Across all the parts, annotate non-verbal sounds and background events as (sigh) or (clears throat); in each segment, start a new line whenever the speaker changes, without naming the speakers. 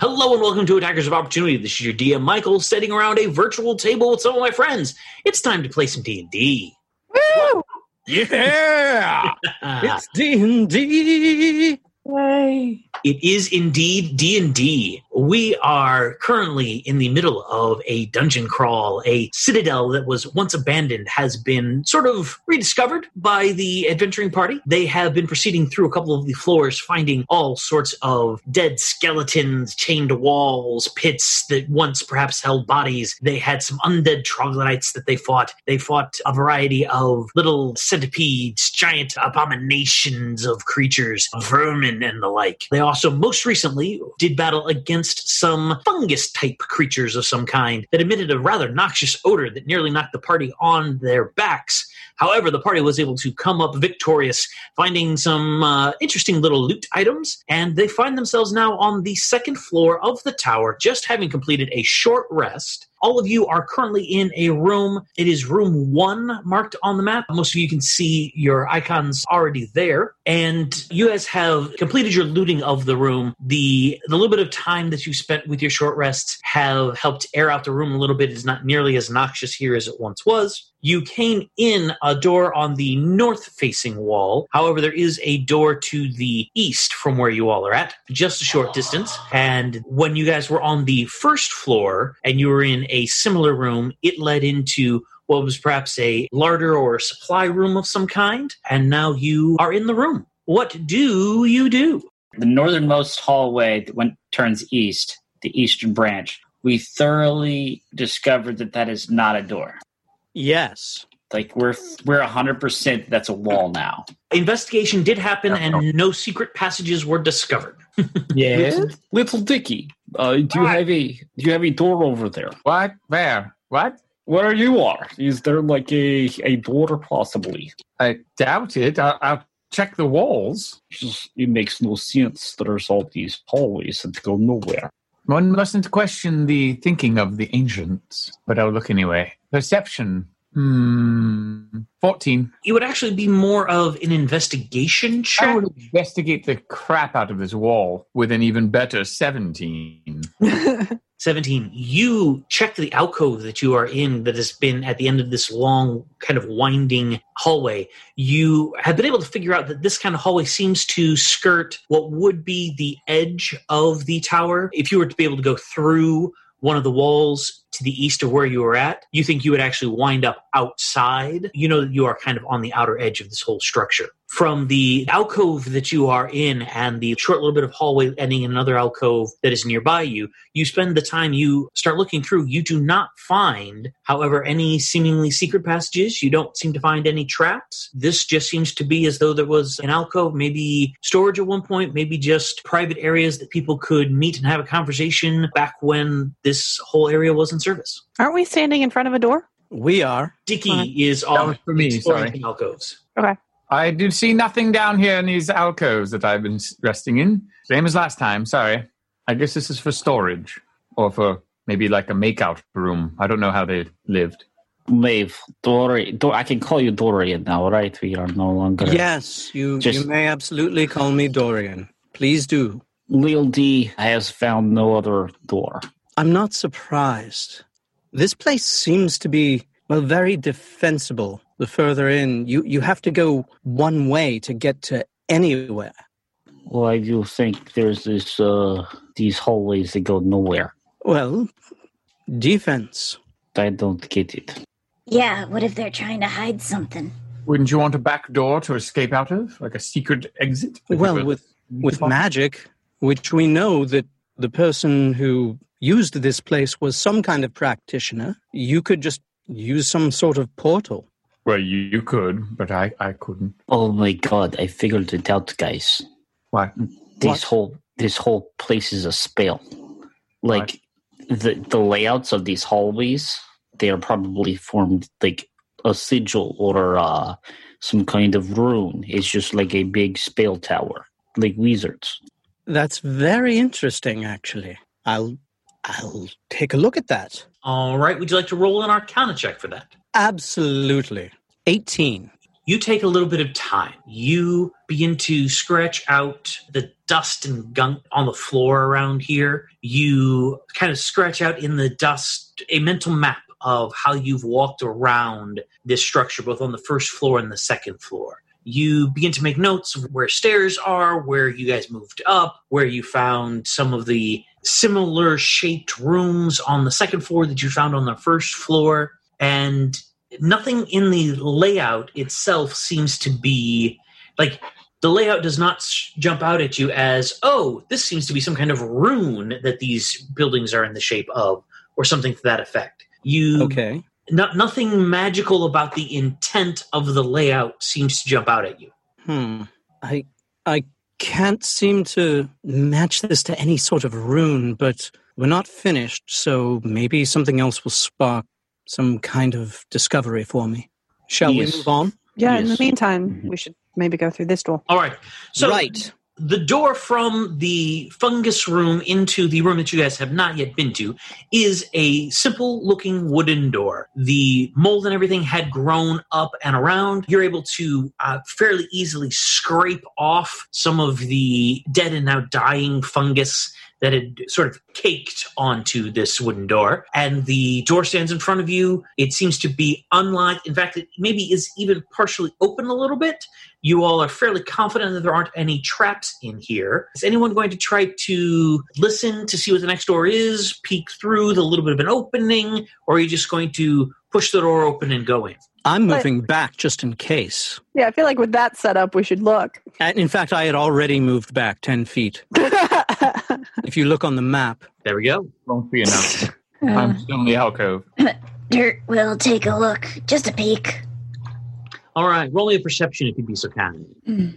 Hello and welcome to Attackers of Opportunity. This is your DM Michael sitting around a virtual table with some of my friends. It's time to play some D&D.
Yeah,
Uh,
it's D and D.
Yay.
it is indeed D&D. We are currently in the middle of a dungeon crawl. A citadel that was once abandoned has been sort of rediscovered by the adventuring party. They have been proceeding through a couple of the floors finding all sorts of dead skeletons chained to walls, pits that once perhaps held bodies. They had some undead troglodytes that they fought. They fought a variety of little centipedes, giant abominations of creatures, vermin, and the like. They also, most recently, did battle against some fungus type creatures of some kind that emitted a rather noxious odor that nearly knocked the party on their backs. However, the party was able to come up victorious finding some uh, interesting little loot items, and they find themselves now on the second floor of the tower, just having completed a short rest. All of you are currently in a room. It is room one marked on the map. Most of you can see your icons already there. And you guys have completed your looting of the room. The the little bit of time that you spent with your short rests have helped air out the room a little bit. It's not nearly as noxious here as it once was. You came in a door on the north facing wall. However, there is a door to the east from where you all are at, just a short distance. And when you guys were on the first floor and you were in a similar room, it led into what was perhaps a larder or a supply room of some kind. And now you are in the room. What do you do?
the northernmost hallway that went, turns east, the eastern branch, we thoroughly discovered that that is not a door.
Yes.
Like we're we're hundred percent that's a wall now.
Investigation did happen and no secret passages were discovered. (laughs)
Yes.
Little, little Dicky, uh, do you have a do you have a door over there?
What? Where? What?
Where you are? Is there like a a door possibly?
I doubt it. I- I'll check the walls.
Just, it makes no sense. There's all these hallways that go nowhere.
One mustn't question the thinking of the ancients, but I'll look anyway. Perception. Hmm. 14.
It would actually be more of an investigation check.
I would investigate the crap out of this wall with an even better 17.
17 you check the alcove that you are in that has been at the end of this long kind of winding hallway you have been able to figure out that this kind of hallway seems to skirt what would be the edge of the tower if you were to be able to go through one of the walls to the east of where you were at you think you would actually wind up outside you know that you are kind of on the outer edge of this whole structure from the alcove that you are in and the short little bit of hallway ending in another alcove that is nearby you you spend the time you start looking through you do not find however any seemingly secret passages you don't seem to find any traps this just seems to be as though there was an alcove maybe storage at one point maybe just private areas that people could meet and have a conversation back when this whole area was in service
Aren't we standing in front of a door?
We are.
dicky
Fine.
is off
was for me,
exploring
sorry.
the alcoves
I do see nothing down here in these alcoves that I've been s- resting in. Same as last time, sorry. I guess this is for storage or for maybe like a makeout room. I don't know how they lived.
Maeve, Dory, Dor- I can call you Dorian now, right? We are no longer.
Yes, you
Just-
you may absolutely call me Dorian. Please do.
Lil D has found no other door.
I'm not surprised. This place seems to be well very defensible. The further in, you you have to go one way to get to anywhere.
Well, I do think there's this uh these hallways that go nowhere.
Well, defense.
I don't get it.
Yeah, what if they're trying to hide something?
Wouldn't you want a back door to escape out of, like a secret exit? Like
Well,
if a-
with with magic, which we know that the person who used this place was some kind of practitioner, you could just use some sort of portal.
well, you, you could, but I, I couldn't.
Oh my god, I figured it out, guys.
Why?
This
What?
whole this whole place is a spell. Like the the layouts of these hallways, they are probably formed like
a sigil or uh, some kind of rune. It's just like a big spell tower, like wizards.
That's very interesting, actually. I'll I'll take a look at that.
All right, would you like to roll an arcana check for that?
Absolutely. 18.
You take a little bit of time. You begin to scratch out the dust and gunk on the floor around here. You kind of scratch out in the dust a mental map of how you've walked around this structure, both on the first floor and the second floor. You begin to make notes of where stairs are, where you guys moved up, where you found some of the similar shaped rooms on the second floor that you found on the first floor. And nothing in the layout itself seems to be like the layout does not s- jump out at you as oh this seems to be some kind of rune that these buildings are in the shape of or something to that effect you
Okay.
no- nothing magical about the intent of the layout seems to jump out at you
Hmm. I I can't seem to match this to any sort of rune, but we're not finished, so maybe something else will spark some kind of discovery for me. Shall
Yes.
we move on?
Yeah, in the
Yes.
meantime,
Mhm.
we should maybe go through this door.
all right so
right.
the door from the fungus room into the room that you guys have not yet been to is a simple looking wooden door. The mold and everything had grown up and around. You're able to uh, fairly easily scrape off some of the dead and now dying fungus that had sort of caked onto this wooden door. And the door stands in front of you. It seems to be unlocked. In fact, it maybe is even partially open a little bit you all are fairly confident that there aren't any traps in here. Is anyone going to try to listen to see what the next door is, peek through the little bit of an opening, or are you just going to push the door open and go in?
I'm
But-
moving back just in case.
Yeah, I feel like with that setup, we should (laughs) look.
And in fact, I had already moved back 10 feet. If you look on the map,
There we go.
Won't be
(laughs)
enough.
Uh,
Mm.
I'm still in the alcove.
Dirt will take a look, just a peek.
All right, roll me a perception if you'd be so kind.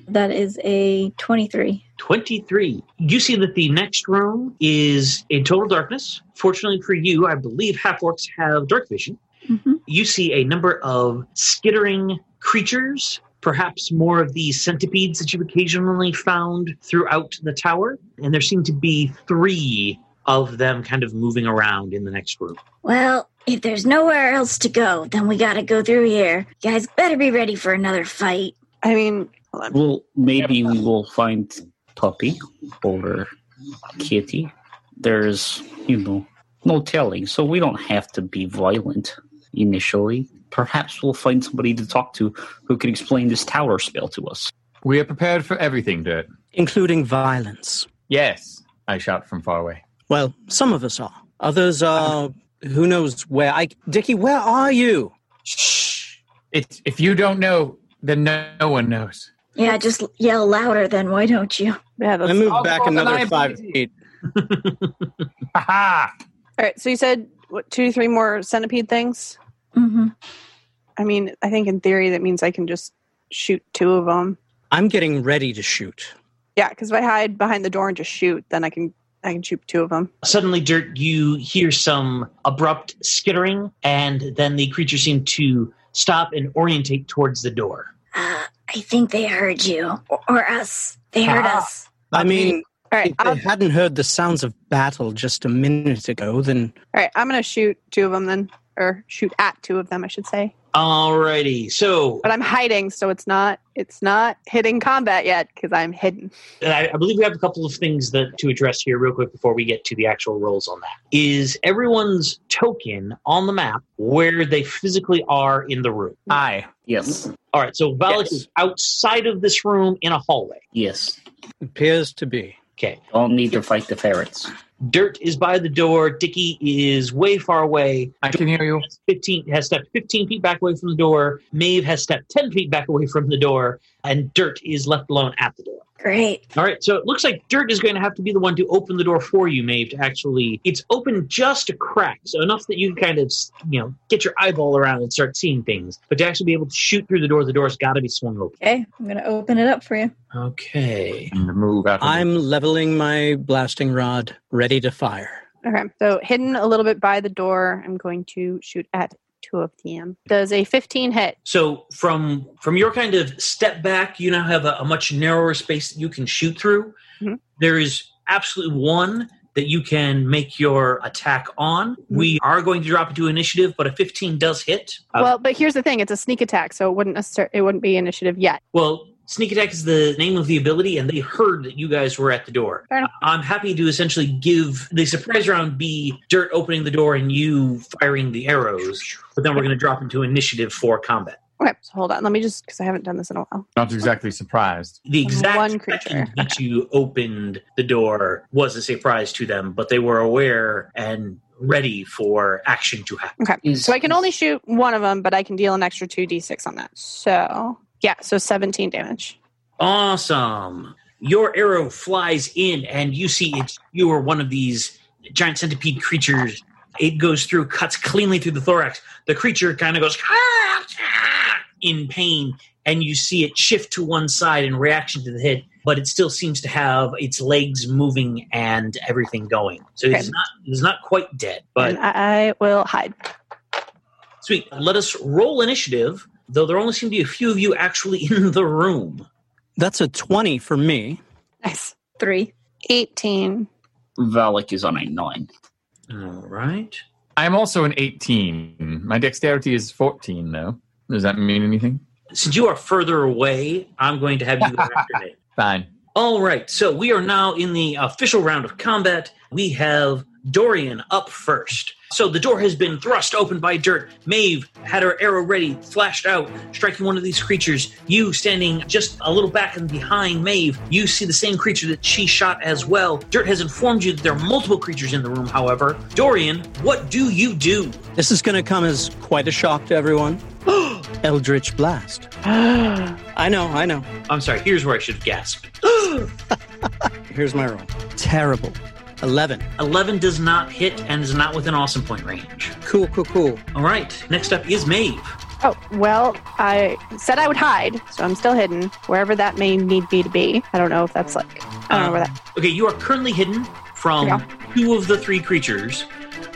That is a 23.
23. You see that the next room is in total darkness. Fortunately for you, I believe half orcs have dark vision.
Mm-hmm.
you see a number of skittering creatures, perhaps more of these centipedes that you've occasionally found throughout the tower. And there seem to be three of them kind of moving around in the next room.
Well, if there's nowhere else to go, then we gotta go through here. You guys better be ready for another fight.
I mean, hold on.
Well, maybe we will find puppy or kitty. There's, you know, no telling. So we don't have to be violent initially. Perhaps we'll find somebody to talk to who can explain this tower spell to us.
We are prepared for everything, Dirt.
including violence.
Yes, I shout from far away.
Well, some of us are. Others are who knows where. I Dickie, where are you?
Shh. It's, if you don't know, then no, no one knows. (laughs)
Yeah, just yell louder then, why don't you?
yeah, that's
I moved
I'll
back
call the
another five
liability.
feet.
Ha ha!
all right. So you said what two to three more centipede things?
Mm-hmm.
I mean, I think in theory that means I can just shoot two of them.
I'm getting ready to shoot.
Yeah, because if I hide behind the door and just shoot, then I can I can shoot two of them.
Suddenly, Dirt, you hear some abrupt skittering, and then the creatures seem to stop and orientate towards the door.
Uh, I think they heard you. Or, or us. They heard
Ah.
us.
I mean,
All right,
if
I'll,
I
all
hadn't heard the sounds of battle just a minute ago, then
right. I'm gonna shoot two of them then, or shoot at two of them, I should say.
Alrighty, so
But I'm hiding, so it's not it's not hitting combat yet because I'm hidden.
And I, I believe we have a couple of things that to address here real quick before we get to the actual rolls on that. Is everyone's token on the map where they physically are in the room?
I.
Yes.
All right, so Valak
Yes.
is outside of this room in a hallway.
Yes.
appears to be.
Okay.
Don't need to fight the ferrets.
Dirt is by the door. Dicky is way far away.
I can hear you.
15 has stepped 15 feet back away from the door. Maeve has stepped 10 feet back away from the door. And Dirt is left alone at the door.
Great.
All right, so it looks like Dirt is going to have to be the one to open the door for you, Maeve. To actually, it's open just a crack, so enough that you can kind of, you know, get your eyeball around and start seeing things. But to actually be able to shoot through the door, the door's got to be swung open.
Okay, I'm going to open it up for you.
Okay.
And move out of
I'm leveling my blasting rod, ready to fire.
Okay, so hidden a little bit by the door, I'm going to shoot at two of them. Does a 15 hit?
So from from your kind of step back, you now have a, a much narrower space that you can shoot through.
Mhm.
There is absolutely one that you can make your attack on. We are going to drop into initiative, but a 15 does hit. Uh,
well, but here's the thing: it's a sneak attack, so it wouldn't necessarily it wouldn't be initiative yet.
Well, sneak attack is the name of the ability, and they heard that you guys were at the door.
Fair enough.
I'm happy to essentially give the surprise round be dirt opening the door and you firing the arrows, but then we're going to drop into initiative for combat.
Okay, so hold on. Let me just because I haven't done this in a while.
Not exactly surprised.
The exact
One
second
creature.
that you opened the door was a surprise to them, but they were aware and ready for action to happen.
Is,
So I can only shoot one of them, but I can deal an extra two d6 on that. So yeah, so 17 damage.
Awesome. Your arrow flies in, and you see it's you are one of these giant centipede creatures. It goes through, cuts cleanly through the thorax. The creature kind of goes "Ah, ah," in pain, and you see it shift to one side in reaction to the hit, but it still seems to have its legs moving and everything going. So it's
Okay.
not it's not quite dead, but
And I, I will hide.
Sweet. Let us roll initiative, though there only seem to be a few of you actually in the room.
That's a 20 for me.
Nice.
Three.
(gasps)
18.
Valak is on a nine.
All right.
I'm also an 18. My dexterity is 14, though. Does that mean anything?
Since you are further away, I'm going to have you go after me.
Fine.
All right. So we are now in the official round of combat. We have Dorian up first. So the door has been thrust open by Dirt. Maeve had her arrow ready, flashed out, striking one of these creatures. You standing just a little back and behind Maeve, you see the same creature that she shot as well. Dirt has informed you that there are multiple creatures in the room, however. Dorian, what do you do?
This is going to come as quite a shock to everyone. Eldritch Blast.
Oh,
I know, I know.
I'm sorry, here's where I should have gasped.
Here's my roll. Terrible. 11.
11 does not hit and is not within awesome point range.
Cool, cool, cool.
All right, next up is Maeve.
Oh, well, I said I would hide, so I'm still hidden, wherever that may need me to be. I don't know if that's like, I don't know where that.
Um, Okay, you are currently hidden from
Yeah.
two of the three creatures.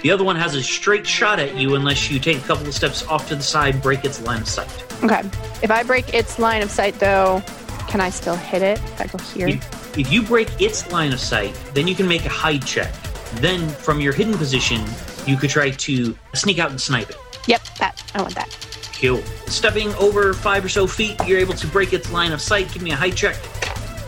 The other one has a straight shot at you unless you take a couple of steps off to the side, break its line of sight.
Okay. If I break its line of sight, though, can I still hit it? If I go here?
Yeah. If you break its line of sight, then you can make a hide check. Then, from your hidden position, you could try to sneak out and snipe it.
Yep, that. I want that.
Kill. Stepping over five or so feet, you're able to break its line of sight. Give me a hide check.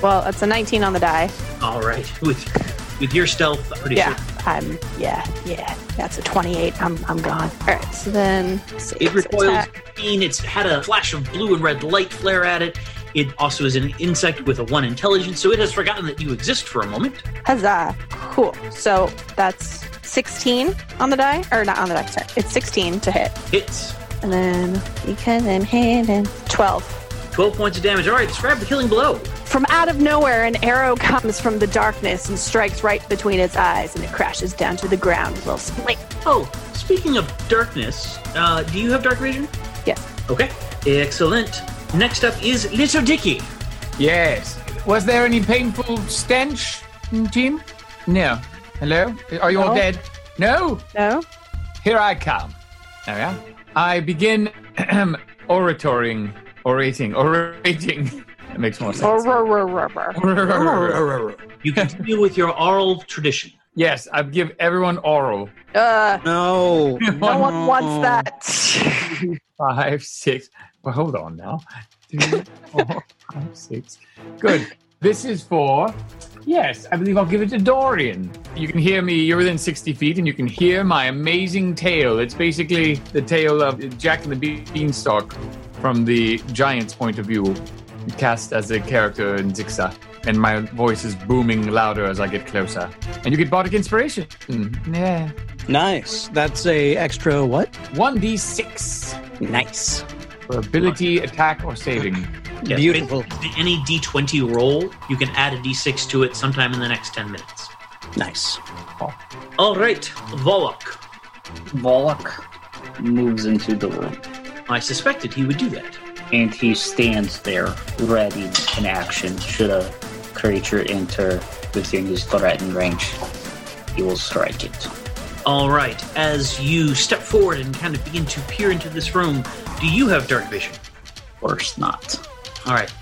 Well, it's a 19 on the die.
All right, (laughs) with with your stealth, I'm pretty
Yeah.
sure
I'm, yeah, yeah. That's a 28. I'm, I'm gone. All right, so then. let's see,
it
it's
recoils.
attack.
Green. It's had a flash of blue and red light flare at it. It also is an insect with a one intelligence, so it has forgotten that you exist for a moment.
Huzzah. Cool. So that's 16 on the die. Or not on the die, sorry. It's 16 to hit.
Hits
And then because I'm hidden, 12.
twelve points of damage. All right, describe the killing blow.
From out of nowhere, an arrow comes from the darkness and strikes right between its eyes, and it crashes down to the ground with a little split.
Oh, speaking of darkness, uh, do you have dark vision?
Yes.
Okay. Excellent. Next up is Little Dicky.
Yes. Was there any painful stench, mm, team? No. Hello? Are you all
No.
dead? No?
No?
Here I come. There we are. I begin (clears throat) oratoring, orating, orating. (laughs) That makes more sense.
You continue with your oral tradition.
yes, I give everyone oral.
Uh, no
No.
one
No.
Oh.
wants that.
Five, six. Well, hold on now. Two, four, five, six. Good. This is for. Yes, I believe I'll give it to Dorian. You can hear me. You're within 60 feet, and you can hear my amazing tale. It's basically the tale of Jack and the Beanstalk from the giant's point of view, cast as a character in Zixa. And my voice is booming louder as I get closer. And you get bardic inspiration. Hmm. Yeah.
Nice. That's a extra what?
1d6
Nice.
for ability, attack, or saving.
Yes,
Beautiful.
basically, Any D20 roll, you can add a D6 to it sometime in the next 10 minutes.
Nice.
All right, Volok.
Volok moves into the room
I suspected he would do that.
and he stands there ready in action. Should a creature enter within his threatened range, he will strike it.
All right. As you step forward and kind of begin to peer into this room, do you have dark vision?
Of course not.
All right.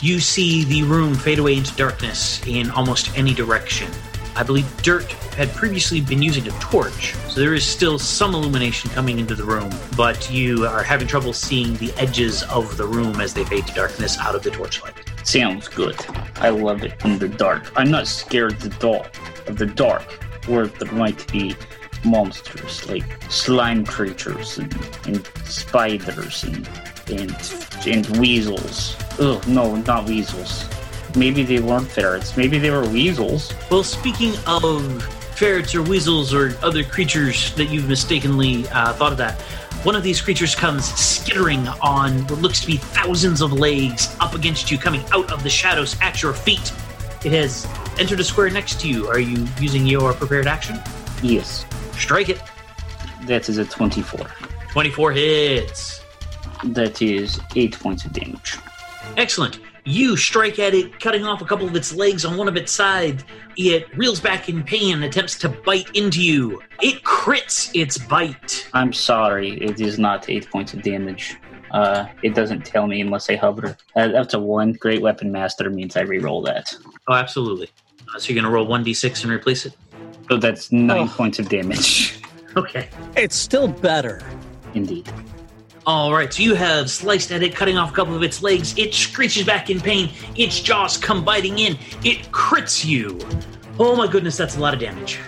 You see the room fade away into darkness in almost any direction. I believe Dirt had previously been using a torch, so there is still some illumination coming into the room, but you are having trouble seeing the edges of the room as they fade to darkness out of the torchlight.
Sounds good. I love it in the dark. I'm not scared of the dark, of the dark, where there might be monsters like slime creatures and, and spiders and, and and weasels. Ugh, no, not weasels. Maybe they weren't ferrets. Maybe they were weasels.
Well, speaking of ferrets or weasels or other creatures that you've mistakenly uh, thought of that, one of these creatures comes skittering on what looks to be thousands of legs up against you, coming out of the shadows at your feet. It has entered a square next to you. Are you using your prepared action?
Yes,
Strike it.
that is a 24.
24 hits.
That is eight points of damage.
Excellent. You strike at it, cutting off a couple of its legs on one of its sides. It reels back in pain and attempts to bite into you. It crits its bite.
I'm sorry, it is not eight points of damage. Uh, it doesn't tell me unless I hover. Uh, that's a one. Great weapon master means I reroll that.
Oh, absolutely. Uh, So you're going to roll 1d6 and replace it?
So that's nine
Oh.
points of damage. (laughs)
Okay.
It's still better.
Indeed.
All right, so you have sliced at it, cutting off a couple of its legs. It screeches back in pain. Its jaws come biting in. It crits you. Oh my goodness, that's a lot of damage.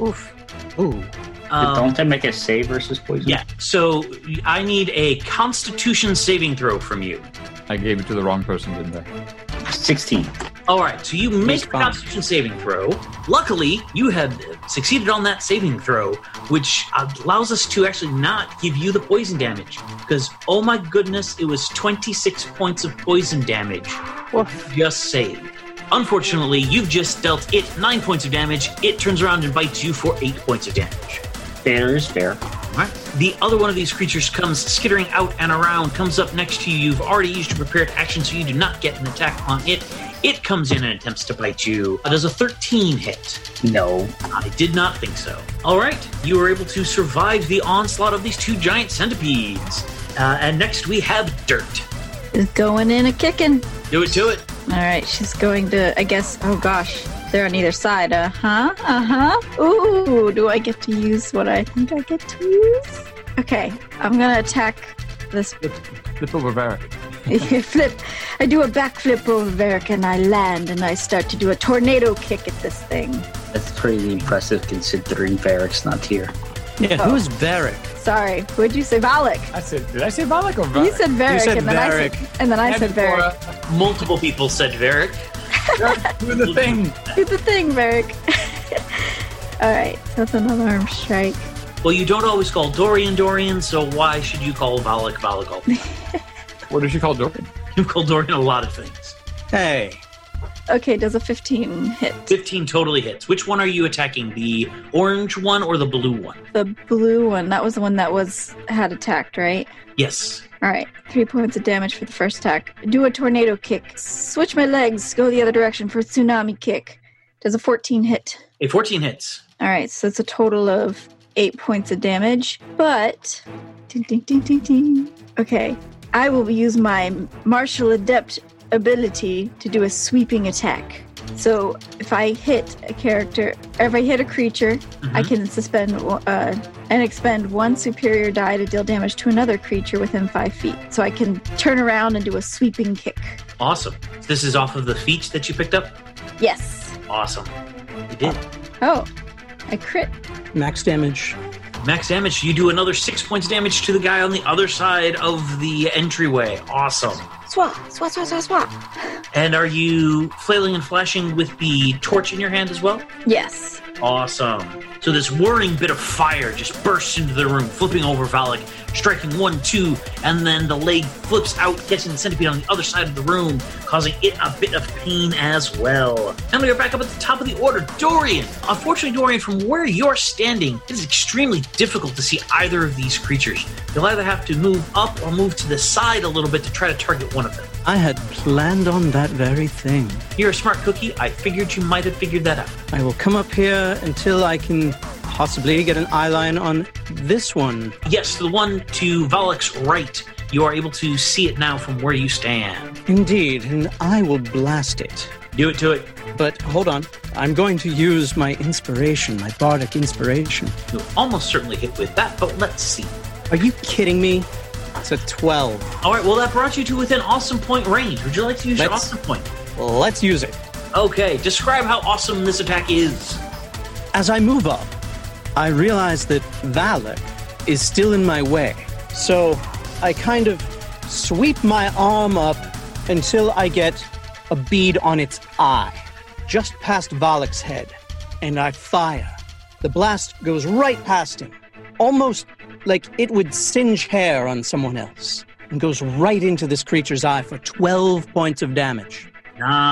Oof.
Ooh.
Um,
Don't I make a save versus poison?
yeah, so I need a constitution saving throw from you.
I gave it to the wrong person, didn't I?
16.
All right, so you make a
Response.
constitution saving throw. Luckily, you have succeeded on that saving throw, which uh, allows us to actually not give you the poison damage. Because, oh my goodness, it was 26 points of poison damage.
Woof.
Just saved. Unfortunately, you've just dealt it 9 points of damage. It turns around and bites you for 8 points of damage.
Fair is fair.
Alright. The other one of these creatures comes skittering out and around, comes up next to you. You've already used your prepared action, so you do not get an attack on it. It comes in and attempts to bite you. Uh, Does a 13 hit?
No.
I did not think so. All right, you were able to survive the onslaught of these two giant centipedes. Uh, and next we have Dirt.
Is going in a kicking.
Do it, do it.
All right, she's going to, I guess, oh gosh, they're on either side. Uh huh, uh huh. Ooh, do I get to use what I think I get to use? Okay, I'm gonna attack this (laughs)
Flip over Varric.
flip. I do a backflip over Varric and I land and I start to do a tornado kick at this thing.
That's pretty impressive considering Varric's not here.
Yeah,
Oh.
who's Varric?
Sorry, what'd you say? Valak.
I said, did I say Valak or Varric?
You said Varric,
said
and then I said, and then I said Varric.
Multiple people said Varric.
Do uh, the thing.
Do the thing, Varric. (laughs) All right, that's another arm strike.
Well, you don't always call Dorian Dorian, so why should you call Valak Valak all the time?
What does she call Dorian?
You call Dorian a lot of things.
Hey.
Okay, does a 15 hit?
15 totally hits. Which one are you attacking? The orange one or the blue one?
The blue one, that was the one that was had attacked, right?
Yes.
All right, three points of damage for the first attack. Do a tornado kick. Switch my legs, go the other direction for a tsunami kick. Does a 14 hit?
A 14 hits.
All right, so it's a total of eight points of damage, but. Ding, ding, ding, ding, ding. Okay, I will use my martial adept ability to do a sweeping attack. So if I hit a character, or if I hit a creature, I can suspend uh, and expend one superior die to deal damage to another creature within five feet. So I can turn around and do a sweeping kick.
Awesome. This is off of the feet that you picked up?
Yes.
Awesome. You did.
Oh, I crit.
Max damage.
Max damage. You do another six points damage to the guy on the other side of the entryway. Awesome.
Swat, swat, swat, swat, swat.
And are you flailing and flashing with the torch in your hand as well?
Yes.
Awesome. So this whirring bit of fire just bursts into the room, flipping over Valak, striking one, two, and then the leg flips out, catching the centipede on the other side of the room, causing it a bit of pain as well. And we are back up at the top of the order. Dorian! Unfortunately, Dorian, from where you're standing, it is extremely difficult to see either of these creatures. You'll either have to move up or move to the side a little bit to try to target one of them.
I had planned on that very thing.
You're a smart cookie. I figured you might have figured that out.
I will come up here until I can possibly get an eye line on this one.
Yes, the one to Valak's right. You are able to see it now from where you stand.
Indeed, and I will blast it.
Do it to it.
But hold on, I'm going to use my inspiration, my bardic inspiration.
You'll almost certainly hit with that, but let's see.
Are you kidding me? It's a 12.
All right, well, that brought you to within awesome point range. Would you like to use your
Let's-
awesome point?
Let's use it.
Okay, describe how awesome this attack is.
As I move up, I realize that Valak is still in my way. So I kind of sweep my arm up until I get a bead on its eye, just past Valak's head, and I fire. The blast goes right past him, almost like it would singe hair on someone else, and goes right into this creature's eye for 12 points of damage.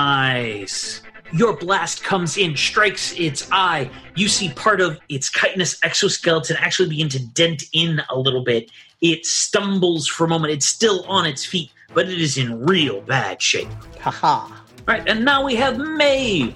Nice. Your blast comes in, strikes its eye. You see part of its chitinous exoskeleton actually begin to dent in a little bit. It stumbles for a moment. It's still on its feet, but it is in real bad shape.
Haha.
All right, and now we have Maeve.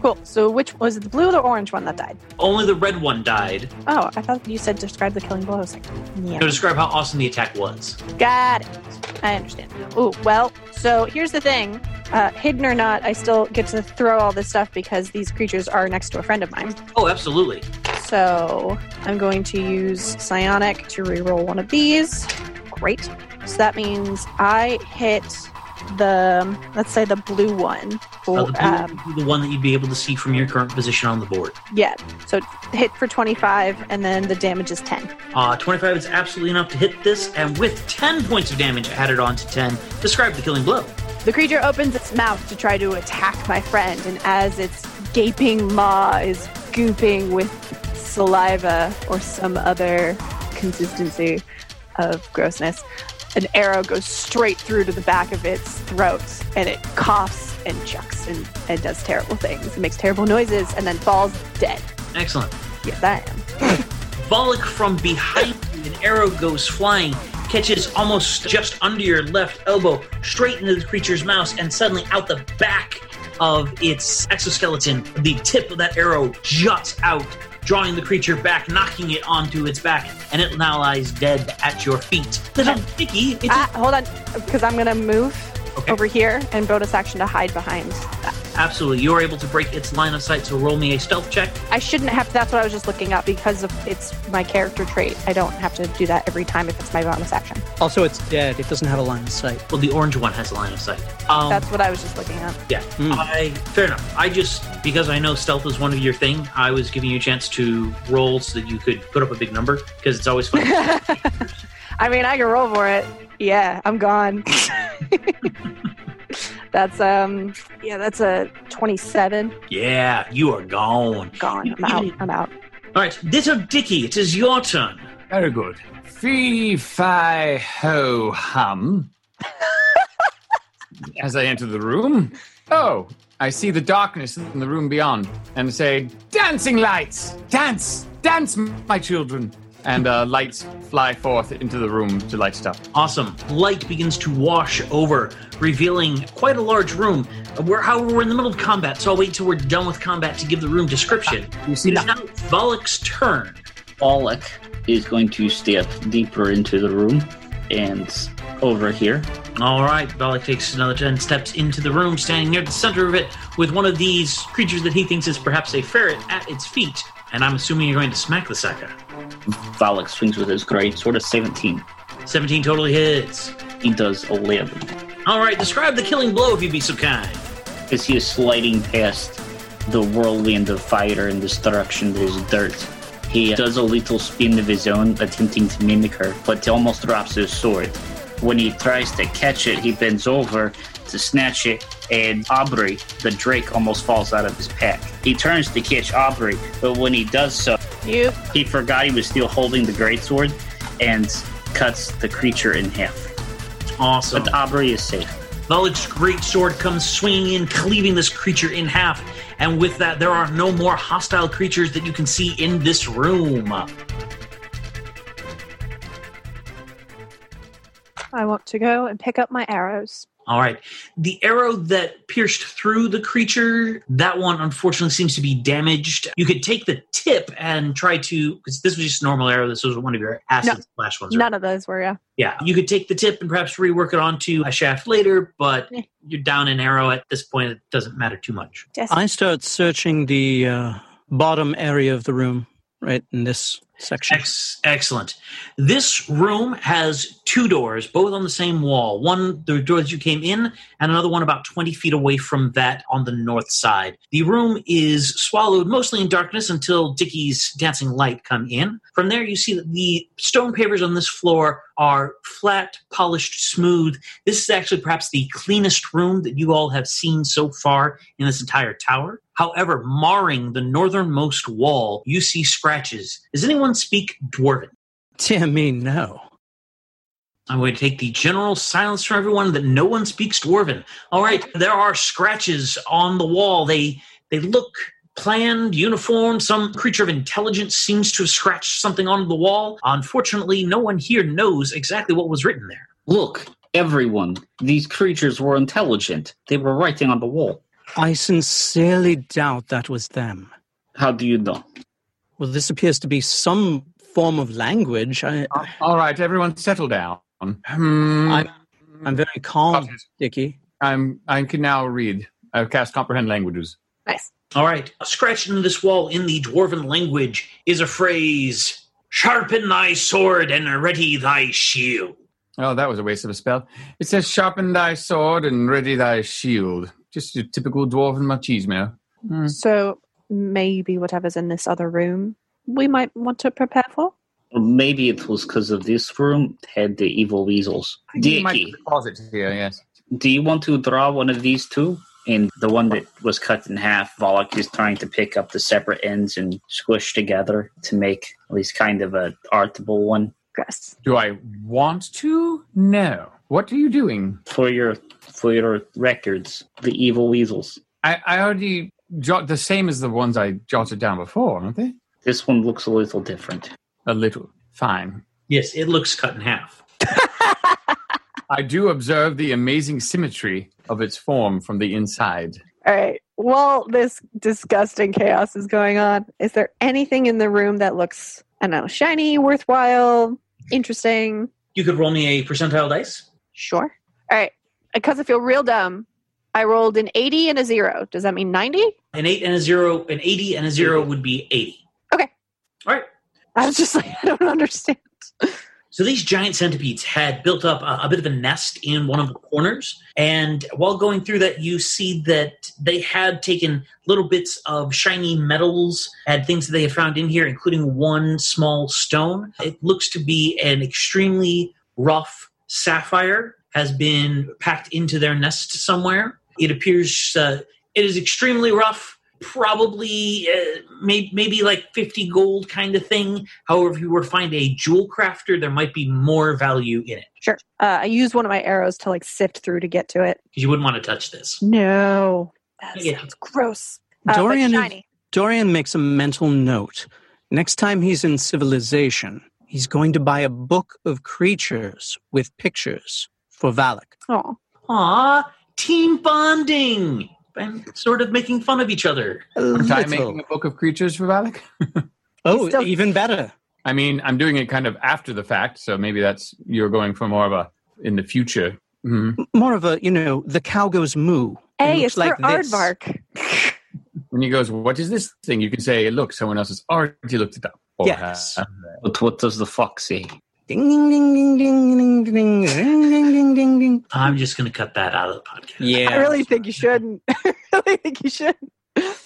Cool. So which was it the blue or the orange one that died?
Only the red one died.
Oh, I thought you said describe the killing blow. I was like, yeah.
To describe how awesome the attack was.
Got it. I understand. Ooh, well, so here's the thing. Uh, hidden or not, I still get to throw all this stuff because these creatures are next to a friend of mine.
Oh, absolutely.
So I'm going to use Psionic to reroll one of these. Great. So that means I hit the, let's say the blue one.
Uh,
Blue,
the, blue
um,
would be the one that you'd be able to see from your current position on the board.
yeah. So hit for 25, and then the damage is 10.
Uh, 25 is absolutely enough to hit this, and with 10 points of damage added on to 10, describe the killing blow.
The creature opens its mouth to try to attack my friend, and as its gaping maw is gooping with saliva or some other consistency of grossness, an arrow goes straight through to the back of its throat, and it coughs and chucks and, and does terrible things. It makes terrible noises and then falls dead.
Excellent.
Yes, I am.
Volok from behind you, an arrow goes flying, catches almost just under your left elbow, straight into the creature's mouth, and suddenly out the back of its exoskeleton, the tip of that arrow juts out, drawing the creature back, knocking it onto its back, and it now lies dead at your feet. Little Dicky, it's
Ah, hold on, because I'm going to move
Okay.
over here and bonus action to hide behind that.
absolutely you're able to break its line of sight, so roll me a stealth check.
I shouldn't have. That's what I was just looking up because of it's my character trait. I don't have to do that every time if it's my bonus action.
Also, it's dead. It doesn't have a line of sight.
Well, the orange one has a line of sight. Um,
That's what I was just looking up.
Yeah,
Mm.
I fair enough. I just because I know stealth is one of your thing, I was giving you a chance to roll so that you could put up a big number because it's always fun.
(laughs) (laughs) I mean, I can roll for it. Yeah, I'm gone. (laughs) that's um, yeah, that's a twenty-seven.
yeah, you are gone.
Gone. I'm out. I'm out.
All right, Ditto Dicky, it is your turn.
Very good. Fee fi ho
(laughs)
hum. As I enter the room, oh, I see the darkness in the room beyond and say, Dancing lights! Dance! Dance, my children! And uh, lights fly forth into the room to light it up.
Awesome. Light begins to wash over, revealing quite a large room. We're, however, we're in the middle of combat, so I'll wait till we're done with combat to give the room description.
You
It is now Volok's turn.
Bollock is going to step deeper into the room and over here.
All right, Balak takes another 10 steps into the room, standing near the center of it with one of these creatures that he thinks is perhaps a ferret at its feet. And I'm assuming you're going to smack the sucker.
Valak swings with his great sword of 17.
17 totally hits.
He does 11.
All right, describe the killing blow if you'd be so kind.
As he is sliding past the whirlwind of fire and destruction that is dirt, he does a little spin of his own, attempting to mimic her, but almost drops his sword. When he tries to catch it, he bends over to snatch it, and Aubrey, the drake, almost falls out of his pack. He turns to catch Aubrey, but when he does so,
You.
he forgot he was still holding the greatsword and cuts the creature in half.
Awesome.
But Aubrey is safe.
Valak's great sword comes swinging in, cleaving this creature in half. And with that, there are no more hostile creatures that you can see in this room.
I want to go and pick up my arrows.
All right. The arrow that pierced through the creature, that one unfortunately seems to be damaged. You could take the tip and try to, because this was just a normal arrow. This was one of your acid
No.
splash ones. right?
None of those were, uh, yeah.
Yeah. You could take the tip and perhaps rework it onto a shaft later, but
Yeah.
you're down an arrow at this point. It doesn't matter too much.
Just
I start searching the uh, bottom area of the room, right in this section.
Ex- excellent. This room has two doors, both on the same wall. One, the door that you came in, and another one about 20 feet away from that on the north side. The room is swallowed mostly in darkness until Dickie's dancing light come in. From there, you see that the stone pavers on this floor are flat, polished, smooth. This is actually perhaps the cleanest room that you all have seen so far in this entire tower. However, marring the northernmost wall, you see scratches. Does anyone speak Dwarven?
Dear me, no.
I'm going to take the general silence from everyone that no one speaks Dwarven. All right, there are scratches on the wall. They they look planned, uniform. Some creature of intelligence seems to have scratched something onto the wall. Unfortunately, no one here knows exactly what was written there.
Look, everyone, these creatures were intelligent. They were writing on the wall.
I sincerely doubt that was them.
How do you know?
Well, this appears to be some form of language. I,
All right, everyone, settle down. Hmm.
I'm, I'm very calm,
Causes.
Dickie.
Uh,
I'm I can now read. I cast comprehend languages.
nice.
All right. Scratched into this wall in the dwarven language is a phrase Sharpen thy sword and ready thy shield.
Oh, that was a waste of a spell. It says sharpen thy sword and ready thy shield. Just your typical dwarven machismo. Hmm.
So maybe whatever's in this other room we might want to prepare for.
Or maybe it was because of this room had the evil weasels.
You might
Dicky,
put the closet here, yes.
do you want to draw one of these two? And the one that was cut in half, Volok is trying to pick up the separate ends and squish together to make at least kind of a artable one
Yes.
Do I want to? No. What are you doing?
for your for your records. The evil weasels.
I, I already jot the same as the ones I jotted down before, aren't they?
This one looks a little different.
A little. Fine.
Yes, it looks cut in half.
I do observe the amazing symmetry of its form from the inside.
All right. While this disgusting chaos is going on, is there anything in the room that looks, I don't know, shiny, worthwhile, interesting?
You could roll me a percentile dice.
Sure. All right. Because I feel real dumb, I rolled an 80 and a zero. Does that mean 90?
An 8 and a 0, an 80 and a 0 would be 80.
Okay.
All right.
I was just (laughs) like, I don't understand.
So these giant centipedes had built up a, a bit of a nest in one of the corners, and while going through that, you see that they had taken little bits of shiny metals and things that they had found in here, including one small stone. It looks to be an extremely rough sapphire has been packed into their nest somewhere. It appears uh, it is extremely rough. Probably, uh, may- maybe like fifty gold kind of thing. However, if you were to find a jewel crafter, there might be more value in it
Sure. Uh, I used one of my arrows to like sift through to get to it.
because you wouldn't want to touch this.
No. That
Yeah.
sounds gross. Uh, but
Dorian is-
shiny.
Dorian makes a mental note. Next time he's in civilization, he's going to buy a book of creatures with pictures for Valak.
Oh,
Aw, team bonding and sort of making fun of each other.
A
Aren't I
little.
making a book of creatures for Valak?
Oh,
Still-
even better.
I mean, I'm doing it kind of after the fact, so maybe that's you're going for more of a in the future. Mhm.
More of a, you know, the cow goes moo. It
hey,
looks
it's for
this.
Aardvark.
When he goes, "What is this thing?" You can say, "Look, someone else has already looked it up." Or uh,
Yes.
has.
But what does the fox say?
Ding, ding, ding, ding, ding, ding, ding, ding, ding, ding, ding, ding.
I'm just going to cut that out of the podcast.
Yeah.
I really think you shouldn't. (laughs) I really think you should.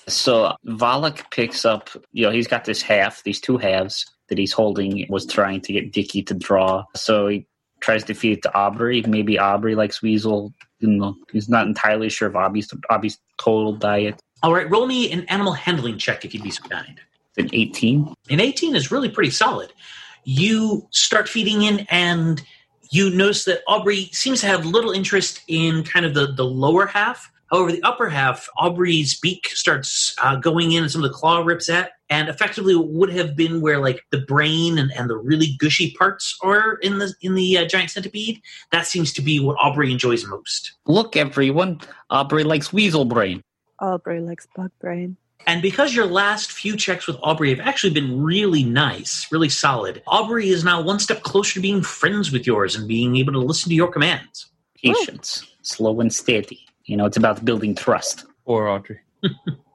So Valak picks up, you know, he's got this half, these two halves that he's holding, was trying to get Dicky to draw. So he tries to feed it to Aubrey. Maybe Aubrey likes Weasel. You know, he's not entirely sure of Aubrey's, Aubrey's total diet.
All right, roll me an animal handling check if you'd be so kind.
It's An 18.
An 18 is really pretty solid. You start feeding in, and you notice that Aubrey seems to have little interest in kind of the, the lower half. Over the upper half, Aubrey's beak starts uh, going in, and some of the claw rips at, and effectively would have been where like the brain and, and the really gushy parts are in the in the uh, giant centipede. That seems to be what Aubrey enjoys most.
Look, everyone, Aubrey likes weasel brain.
Aubrey likes bug brain.
And because your last few checks with Aubrey have actually been really nice, really solid, Aubrey is now one step closer to being friends with yours and being able to listen to your commands.
Patience, slow and steady. You know, it's about building trust.
Or Audrey.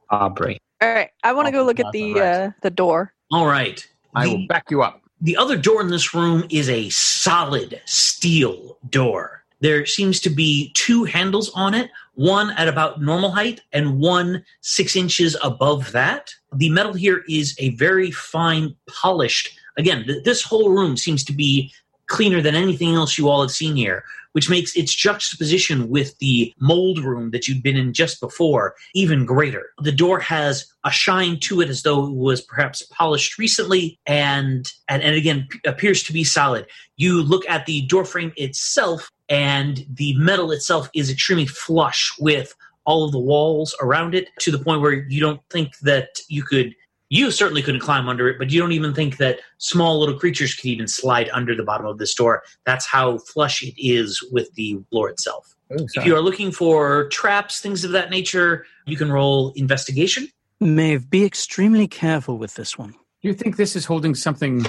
Aubrey.
All right, I want to go look at the uh, the door.
All right.
I
The-
will back you up.
The other door in this room is a solid steel door. There seems to be two handles on it, one at about normal height and one six inches above that. The metal here is a very fine polished. Again, th- this whole room seems to be cleaner than anything else you all have seen here, which makes its juxtaposition with the mold room that you'd been in just before even greater. The door has a shine to it as though it was perhaps polished recently and and, and again p- appears to be solid. You look at the door frame itself and the metal itself is extremely flush with all of the walls around it to the point where you don't think that you could you certainly couldn't climb under it, but you don't even think that small little creatures could even slide under the bottom of this door. That's how flush it is with the floor itself.
Oh,
If you are looking for traps, things of that nature, you can roll investigation.
Maeve, be extremely careful with this one.
Do you think this is holding something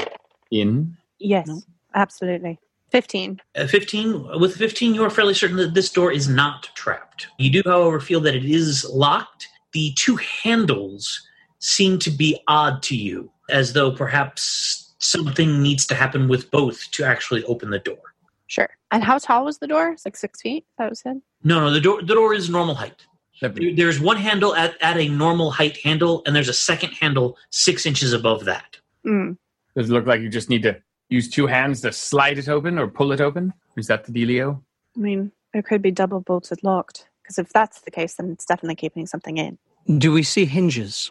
in?
Yes,
No.
absolutely. Fifteen.
Uh, 15 with 15 you are fairly certain that this door is not trapped you do however feel that it is locked the two handles seem to be odd to you as though perhaps something needs to happen with both to actually open the door
Sure. And how tall was the door? It's like six feet. That was it.
no no the door the door is normal height
Separate.
There- there's one handle at, at a normal height handle and there's a second handle six inches above that
Mm.
Does it look like you just need to use two hands to slide it open or pull it open? Is that the dealio?
I mean, it could be double bolted locked. Because if that's the case, then it's definitely keeping something in.
Do we see hinges?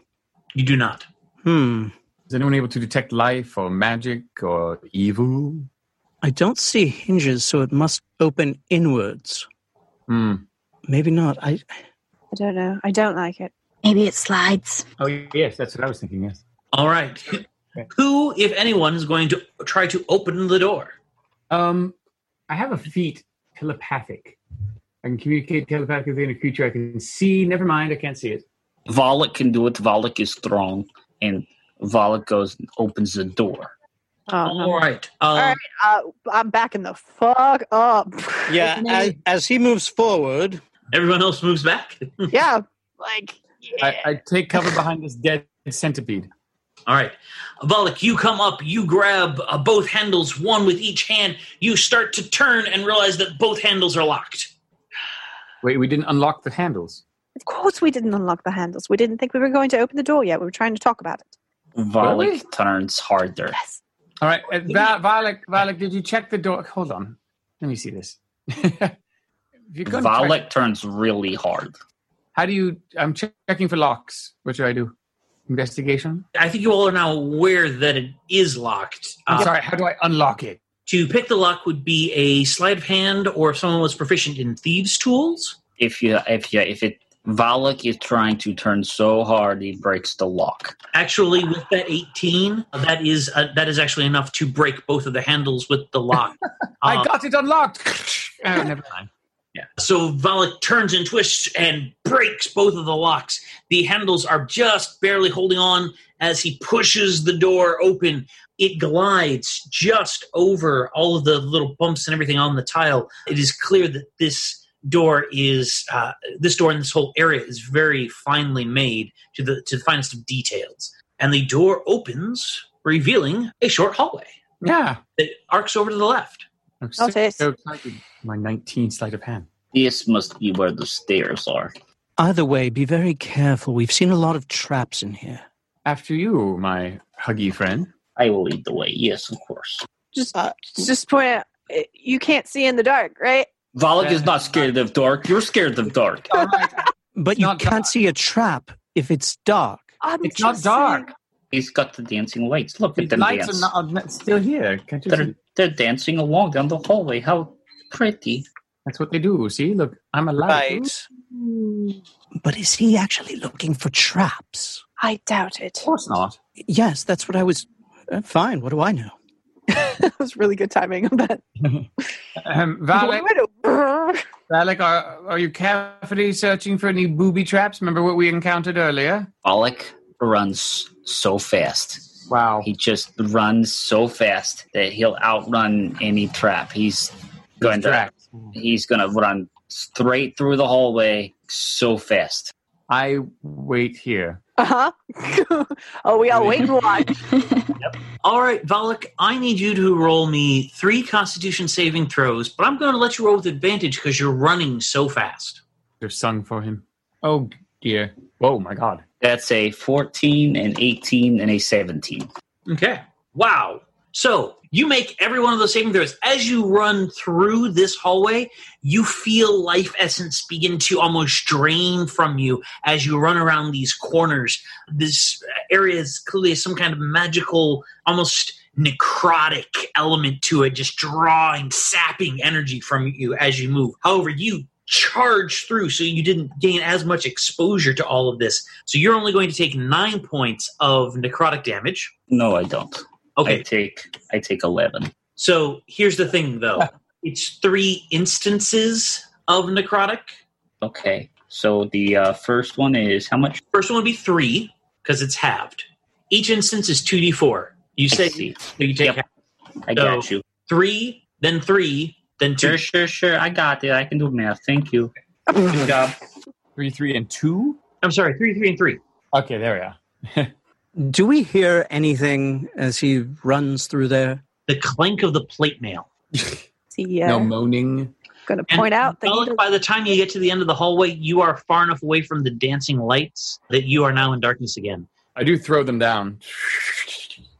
you do not
Hmm.
Is anyone able to detect life or magic or evil?
I don't see hinges, so it must open inwards.
Hmm.
Maybe not. I
I don't know. I don't like it.
Maybe it slides.
Oh, yes, that's what I was thinking, yes.
all right who if anyone is going to try to open the door
Um, I have a feat telepathic. I can communicate telepathically in a creature I can see. Never mind, I can't see it.
Volok can do it. Volok is strong. And Volok goes and opens the door.
Oh, no.
Uh-huh.
all right um,
right. uh, I'm backing the fuck up. (laughs)
yeah. As, as he moves forward,
Everyone else moves back.
yeah. Like,
I, I take cover behind this dead centipede.
All right. Volok, you come up, you grab uh, both handles, one with each hand. You start to turn and realize that both handles are locked.
Wait, we didn't unlock the handles.
of course we didn't unlock the handles. We didn't think we were going to open the door yet. We were trying to talk about it.
Volok
Really?
turns harder.
Yes.
All right, uh, Va- Valak, Valak, did you check the door? Hold on, let me see this. (laughs) if you're gonna try-
Volok turns really hard.
how do you? I'm che- checking for locks. What should I do? Investigation.
I think you all are now aware that it is locked.
I'm
Uh,
sorry. How do I unlock it?
To pick the lock would be a sleight of hand, or if someone was proficient in thieves' tools.
If you, if you, if it, Volok is trying to turn so hard he breaks the lock.
Actually, with that eighteen, that is uh, that is actually enough to break both of the handles with the lock.
I
Um,
got it unlocked. (laughs) oh, never mind.
So Valak turns and twists and breaks both of the locks. The handles are just barely holding on as he pushes the door open. It glides just over all of the little bumps and everything on the tile. It is clear that this door is uh, this door and this whole area is very finely made to the to the finest of details. And the door opens, revealing a short hallway
Yeah.
that arcs over to the left.
I'm
I'll taste.
excited. My 19 sleight of hand.
This must be where the stairs are.
either way, be very careful. We've seen a lot of traps in here.
After you, my huggy friend.
I will lead the way. Yes, of course.
Just,
Uh,
just point out, eh, you can't see in the dark, right?
Volok is not scared of dark. You're scared
(laughs)
of dark.
All right.
But you
Not
can't see a trap if it's dark.
I'm
It's not
just saying-
dark.
He's got the dancing lights. Look at
The
them
lights
dance.
are not, are not still here. Can't you see?
They're, they're dancing along down the hallway. How pretty.
That's what they do. See, look, I'm alive.
Right. But is he actually looking for traps?
I doubt it.
Of course not.
Yes, that's what I was. Uh, fine. What do I know?
(laughs) that was really good timing on that.
Um,
(laughs)
Valak,
(laughs)
Valak are, are you carefully searching for any booby traps? Remember what we encountered earlier?
Bollock runs so fast.
Wow.
He just runs so fast that he'll outrun any trap. He's going to,
Distract.
he's going to run straight through the hallway so fast.
I wait here.
Uh huh. (laughs) oh, we all wait and
(laughs)
watch.
All right, Valak, I need you to roll me three Constitution saving throws, but I'm going to let you roll with advantage because you're running so fast.
They've sung for him. Oh dear. Oh my god.
That's a 14, an 18, and a 17.
Okay. Wow. So you make every one of those saving throws. As you run through this hallway, you feel life essence begin to almost drain from you as you run around these corners. This area is clearly some kind of magical, almost necrotic element to it, just drawing, sapping energy from you as you move. However, you charge through, so you didn't gain as much exposure to all of this. So you're only going to take nine points of necrotic damage.
No, I don't. I
Okay,
take I take 11.
so here's the thing, though. it's three instances of necrotic.
Okay. So the uh, first one is how much?
First one would be three because it's halved. Each instance is two d four. You
I
say so
see.
you take
Yep. I
No.
got you.
three, then three, then two.
Sure, sure, sure. I got it. I can do math. Thank you.
(laughs)
Good job.
Three, three, and two?
I'm sorry, three, three, and three.
Okay, there we are.
Do we hear anything as he runs through there?
The clank of the plate mail.
See, uh,
No moaning.
going to
And
point out that
Bellic,
he
by the time you get to the end of the hallway, you are far enough away from the dancing lights that you are now in darkness again.
I do throw them down.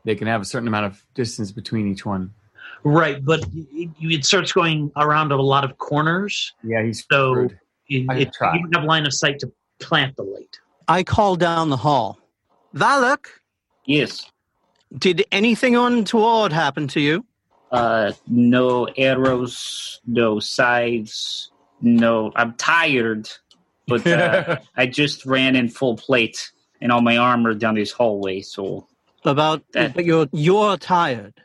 They can have a certain amount of distance between each one.
Right, but it, it starts going around a lot of corners.
Yeah, he's
So-
screwed.
It,
I
it,
try.
you don't have line of sight to plant the light.
I call down the hall. Valak,
Yes.
did anything untoward happen to you?
Uh, no arrows, no scythes, no. I'm tired, but uh,
(laughs)
I just ran in full plate and all my armor down this hallway. So
About
That-
but you're you're tired.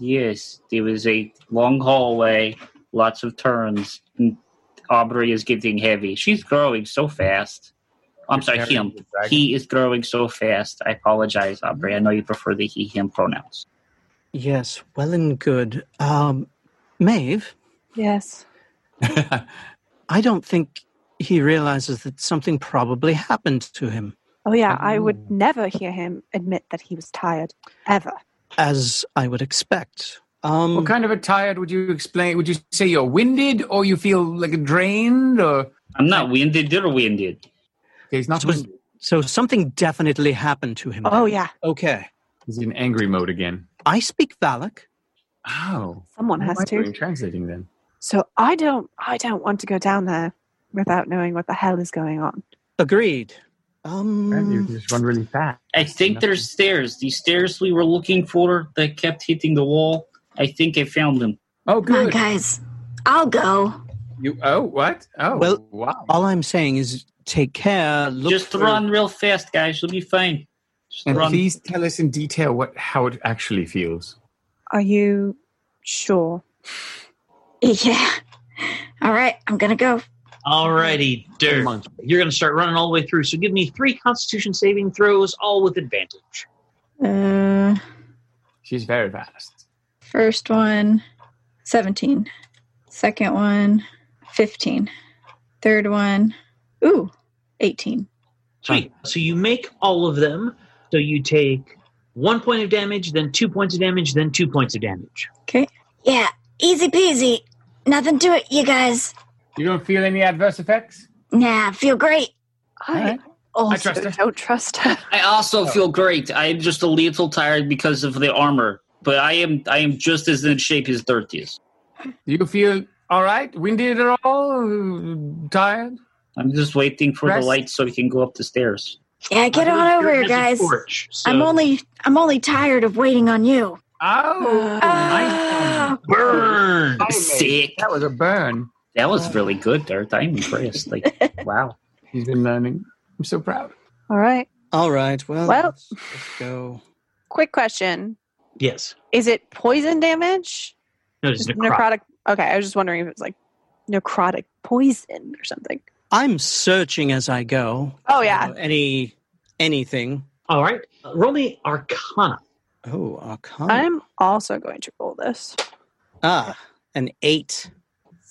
yes, there was a long hallway, lots of turns. And Aubrey is getting heavy. She's growing so fast. I'm sorry, him. He is growing so fast. I apologize, Aubrey. I know you prefer the he him pronouns.
Yes, well and good. Um, Maeve,
Yes.
I don't think he realizes that something probably happened to him.
Oh, yeah. I would never hear him admit that he was tired, ever.
as I would expect. Um,
(laughs) what kind of a tired would you explain? Would you say you're winded or you feel like drained or okay,
I'm not winded. You're winded.
he's not
So is-
winded.
So something definitely happened to him.
Oh, yeah.
Okay.
He's in angry mode again.
I speak Valak.
Oh.
Someone has
What am I doing
to.
translating then.
So I don't, I don't want to go down there without knowing what the hell is going on.
Agreed.
You
Um,
just run really fast.
I think there's stairs. The stairs we were looking for that kept hitting the wall. I think I found them.
Oh
Come on,
good.
guys. I'll go. (laughs)
You oh what? Oh
Well-
wow.
all I'm saying is take care. Look
Just
for-
run real fast, guys. You'll be fine. Just
And
run.
please tell us in detail what how it actually feels.
Are you sure?
Yeah. All right, I'm gonna go.
Alrighty, Dirk. You're going to start running all the way through. So give me three Constitution saving throws, all with advantage.
Uh,
She's very fast.
first one, 17. Second one, 15. Third one, ooh, 18.
Sweet. So you make all of them. So you take one point of damage, then two points of damage, then two points of damage.
Okay.
Yeah, easy peasy. Nothing to it, you guys.
You don't feel any adverse effects?
Nah, I feel great.
I
Alright.
also
trust her.
don't trust (laughs) her.
I also feel great. I am just a little tired because of the armor, but I am I am just as in shape as Dirt is.
Do you feel all right? Winded at all? Tired?
I'm just waiting for
Rest.
the lights so we can go up the stairs.
Yeah, get on
Dirk
over
has
here,
a
guys.
torch, so-
I'm only I'm only tired of waiting on you.
Oh,
Uh,
nice one.
Oh,
burn.
I made-
Sick.
That was a burn.
That was really good, Dirt. I'm impressed. Like, wow.
He's been learning. I'm so proud.
All right.
All right. Well,
Well-
let's, let's go.
Quick question.
Yes.
Is it poison damage?
No, it's
Just
necrotic.
necrotic. Okay, I was just wondering if it was like necrotic poison or something.
I'm searching as I go.
Oh yeah.
Uh, any anything?
All right. Roll me Arcana.
Oh, Arcana.
I'm also going to roll this.
ah, an eight.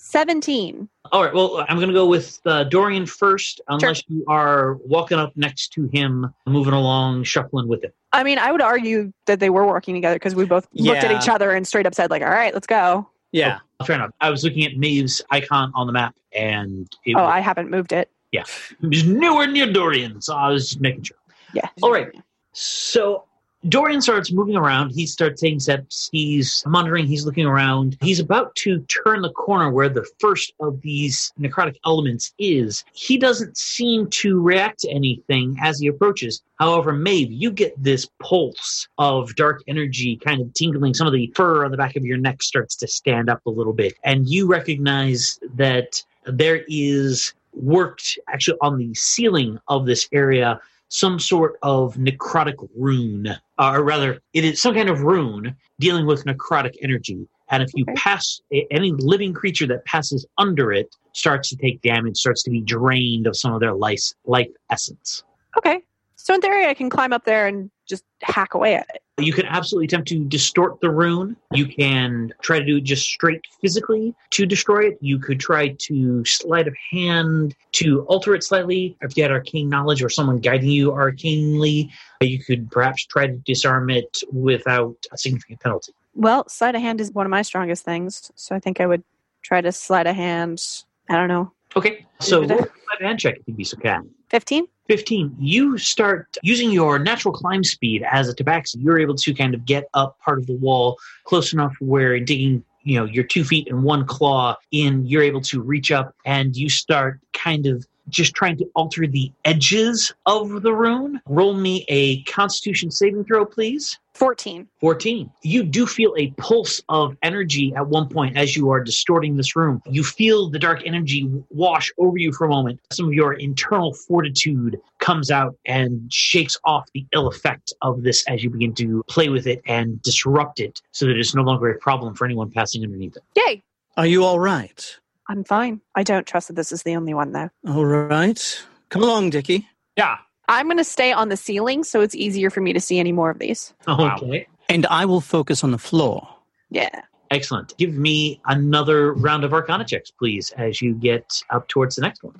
17.
All right. Well, I'm going to go with uh, Dorian first, unless you are walking up next to him, moving along, shuffling with him.
I mean, I would argue that they were working together because we both looked at
Yeah.
each other and straight up said, like, all right, let's go.
Yeah.
Fair enough. I was looking at Maeve's icon on the map, and it
Oh,
was,
I haven't moved it.
it was nowhere near Dorian, so I was just making sure.
Yeah.
All right. So Dorian starts moving around. He starts taking steps. He's monitoring. He's looking around. He's about to turn the corner where the first of these necrotic elements is. He doesn't seem to react to anything as he approaches. However, Maeve, you get this pulse of dark energy kind of tingling. Some of the fur on the back of your neck starts to stand up a little bit. And you recognize that there is worked actually on the ceiling of this area some sort of necrotic rune, uh, or rather, it is some kind of rune dealing with necrotic energy. And if you
Okay.
pass a- any living creature that passes under it, starts to take damage, starts to be drained of some of their life, life essence.
Okay. So in theory, I can climb up there and just hack away at it.
You can absolutely attempt to distort the rune. You can try to do it just straight physically to destroy it. You could try to sleight of hand to alter it slightly. If you had arcane knowledge or someone guiding you arcanely, you could perhaps try to disarm it without a significant penalty.
Well, sleight of hand is one of my strongest things. So I think I would try to sleight of hand. I don't know.
Okay, so
Did it-
roll a sleight of hand check if you'd be so kind.
15?
15 you start using your natural climb speed as a tabaxi you're able to kind of get up part of the wall close enough where digging you know your two feet and one claw in you're able to reach up and you start kind of just trying to alter the edges of the rune roll me a constitution saving throw please
14.
14. You do feel a pulse of energy at one point as you are distorting this room. You feel the dark energy wash over you for a moment. Some of your internal fortitude comes out and shakes off the ill effect of this as you begin to play with it and disrupt it so that it's no longer a problem for anyone passing underneath it.
Yay.
Oh, Are you all right?
I'm fine. I don't trust that this is the only one, though.
All right. Come along, Dickie.
Yeah.
I'm going to stay on the ceiling so it's easier for me to see any more of these.
Okay.
And I will focus on the floor.
Yeah.
Excellent. Give me another round of arcana checks, please, as you get up towards the next one.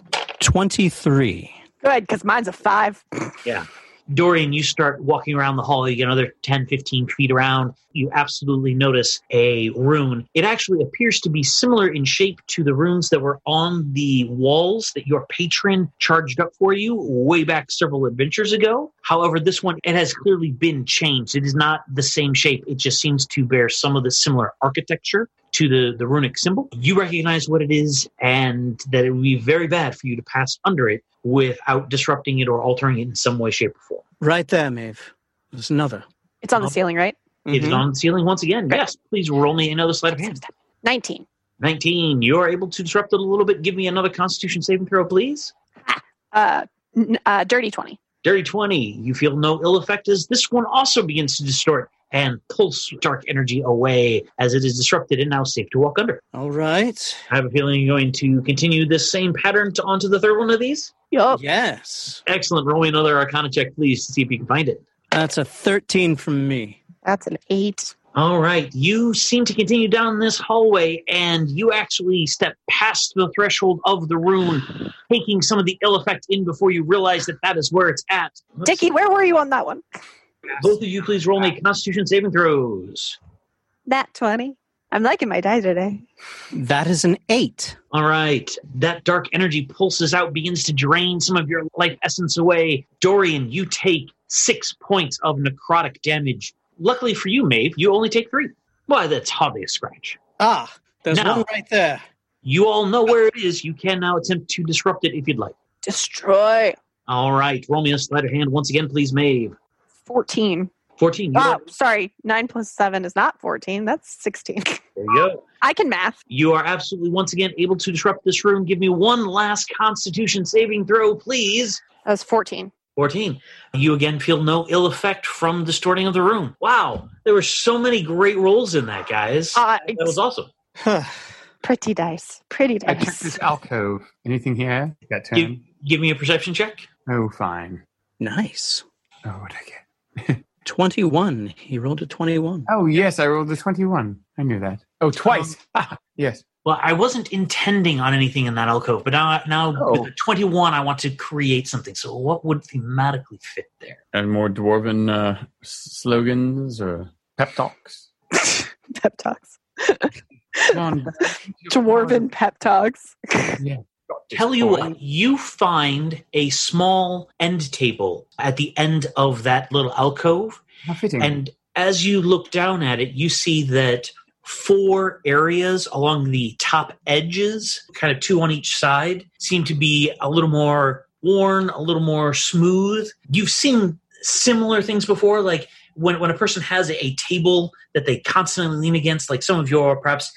Twenty-three.
Good, because mine's a five.
Dorian, you start walking around the hall, you get another 10, 15 feet around. You absolutely notice a rune. It actually appears to be similar in shape to the runes that were on the walls that your patron charged up for you way back several adventures ago. However, this one, it has clearly been changed. It is not the same shape, it just seems to bear some of the similar architecture. To the, the runic symbol. You recognize what it is and that it would be very bad for you to pass under it without disrupting it or altering it in some way, shape, or form.
Right there, Maeve. There's another.
It's on the
Nope.
ceiling, right?
It is
Mhm.
on the ceiling once again.
Great.
Yes, please roll me another sleight of hand.
19.
19. You're able to disrupt it a little bit. Give me another constitution saving throw, please.
Uh, n- uh, dirty 20.
Dirty 20. You feel no ill effect as this one also begins to distort and pulse dark energy away as it is disrupted and now safe to walk under.
All right.
I have a feeling you're going to continue this same pattern to, onto the third one of these.
Yup.
Yes.
Excellent. Roll me another arcana check, please, to see if you can find it.
That's a thirteen from me.
That's an eight.
All right. You seem to continue down this hallway, and you actually step past the threshold of the room, taking some of the ill effect in before you realize that that is where it's at. Let's-
Dickie, where were you on that one?
both of you, please roll me Constitution saving throws.
That 20. I'm liking my die today.
That is an eight.
All right. That dark energy pulses out, begins to drain some of your life essence away. Dorian, you take six points of necrotic damage. Luckily for you, Maeve, you only take three. Why, that's hardly a scratch.
Ah, there's
No.
one right there.
You all know where it is. You can now attempt to disrupt it if you'd like.
Destroy.
All right, roll me a sleight of hand once again, please, Maeve.
14.
14. You
Oh,
are-
sorry. 9 plus 7 is not 14. That's 16.
There you go.
(laughs) I can math.
You are absolutely once again able to disrupt this room. Give me one last Constitution saving throw, please.
That was 14.
14. You again feel no ill effect from distorting of the room. Wow, there were so many great rolls in that, guys.
Uh,
that was awesome.
pretty dice. Pretty
I checked this
dice.
alcove. Anything here? Got ten.
Give, give me a perception check.
Oh, fine.
nice.
Oh, what I get?
21. He rolled a 21.
Oh, yes, I rolled a twenty-one. I knew that. Oh, twice. Ah, (laughs) yes.
Well, I wasn't intending on anything in that alcove, but now, now
Oh.
with a 21, I want to create something. So, what would thematically fit there?
And more dwarven uh, slogans or pep talks.
(laughs) Pep talks.
Come
(laughs)
on,
Dwarven pep talks.
Tell you what, you find a small end table at the end of that little alcove.
How fitting.
And as you look down at it, you see that four areas along the top edges, kind of two on each side, seem to be a little more worn, a little more smooth. You've seen similar things before, like when, when a person has a table that they constantly lean against, like some of your perhaps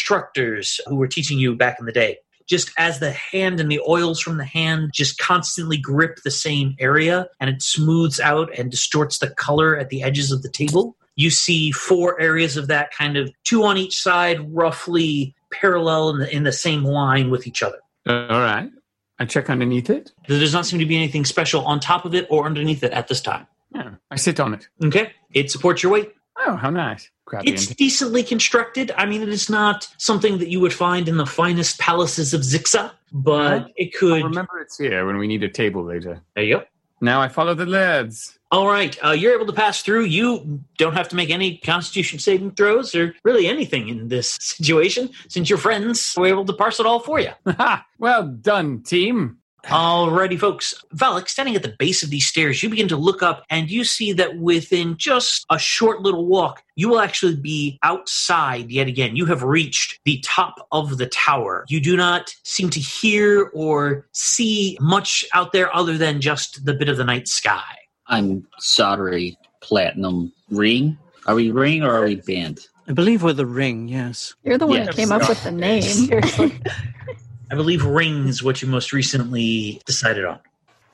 instructors who were teaching you back in the day. Just as the hand and the oils from the hand just constantly grip the same area and it smooths out and distorts the color at the edges of the table, you see four areas of that kind of two on each side, roughly parallel in the, in the same line with each other.
Uh, all right. I check underneath it.
There does not seem to be anything special on top of it or underneath it at this time.
Yeah. I sit on it.
Okay? It supports your weight.
Oh, how nice. Grab the
It's
end.
decently constructed. I mean, it is not something that you would find in the finest palaces of Zixa, but
Uh-huh.
it
I'll
could.
remember it's here when we need a table later.
There you go.
Now I follow the lads. (laughs)
All right, uh, you're able to pass through. You don't have to make any Constitution saving throws or really anything in this (laughs) situation, since your friends were able to parse it all for you.
Ha! well done, team.
Alrighty, folks. Valak, standing at the base of these stairs, you begin to look up and you see that within just a short little walk, you will actually be outside yet again. You have reached the top of the tower. You do not seem to hear or see much out there other than just the bit of the night sky.
I'm sorry, Platinum Ring. Are we ring or are we band?
I believe with the ring, yes.
You're the one
Yes.
who came up with the name.
Seriously.
I believe ring is what you most recently decided on.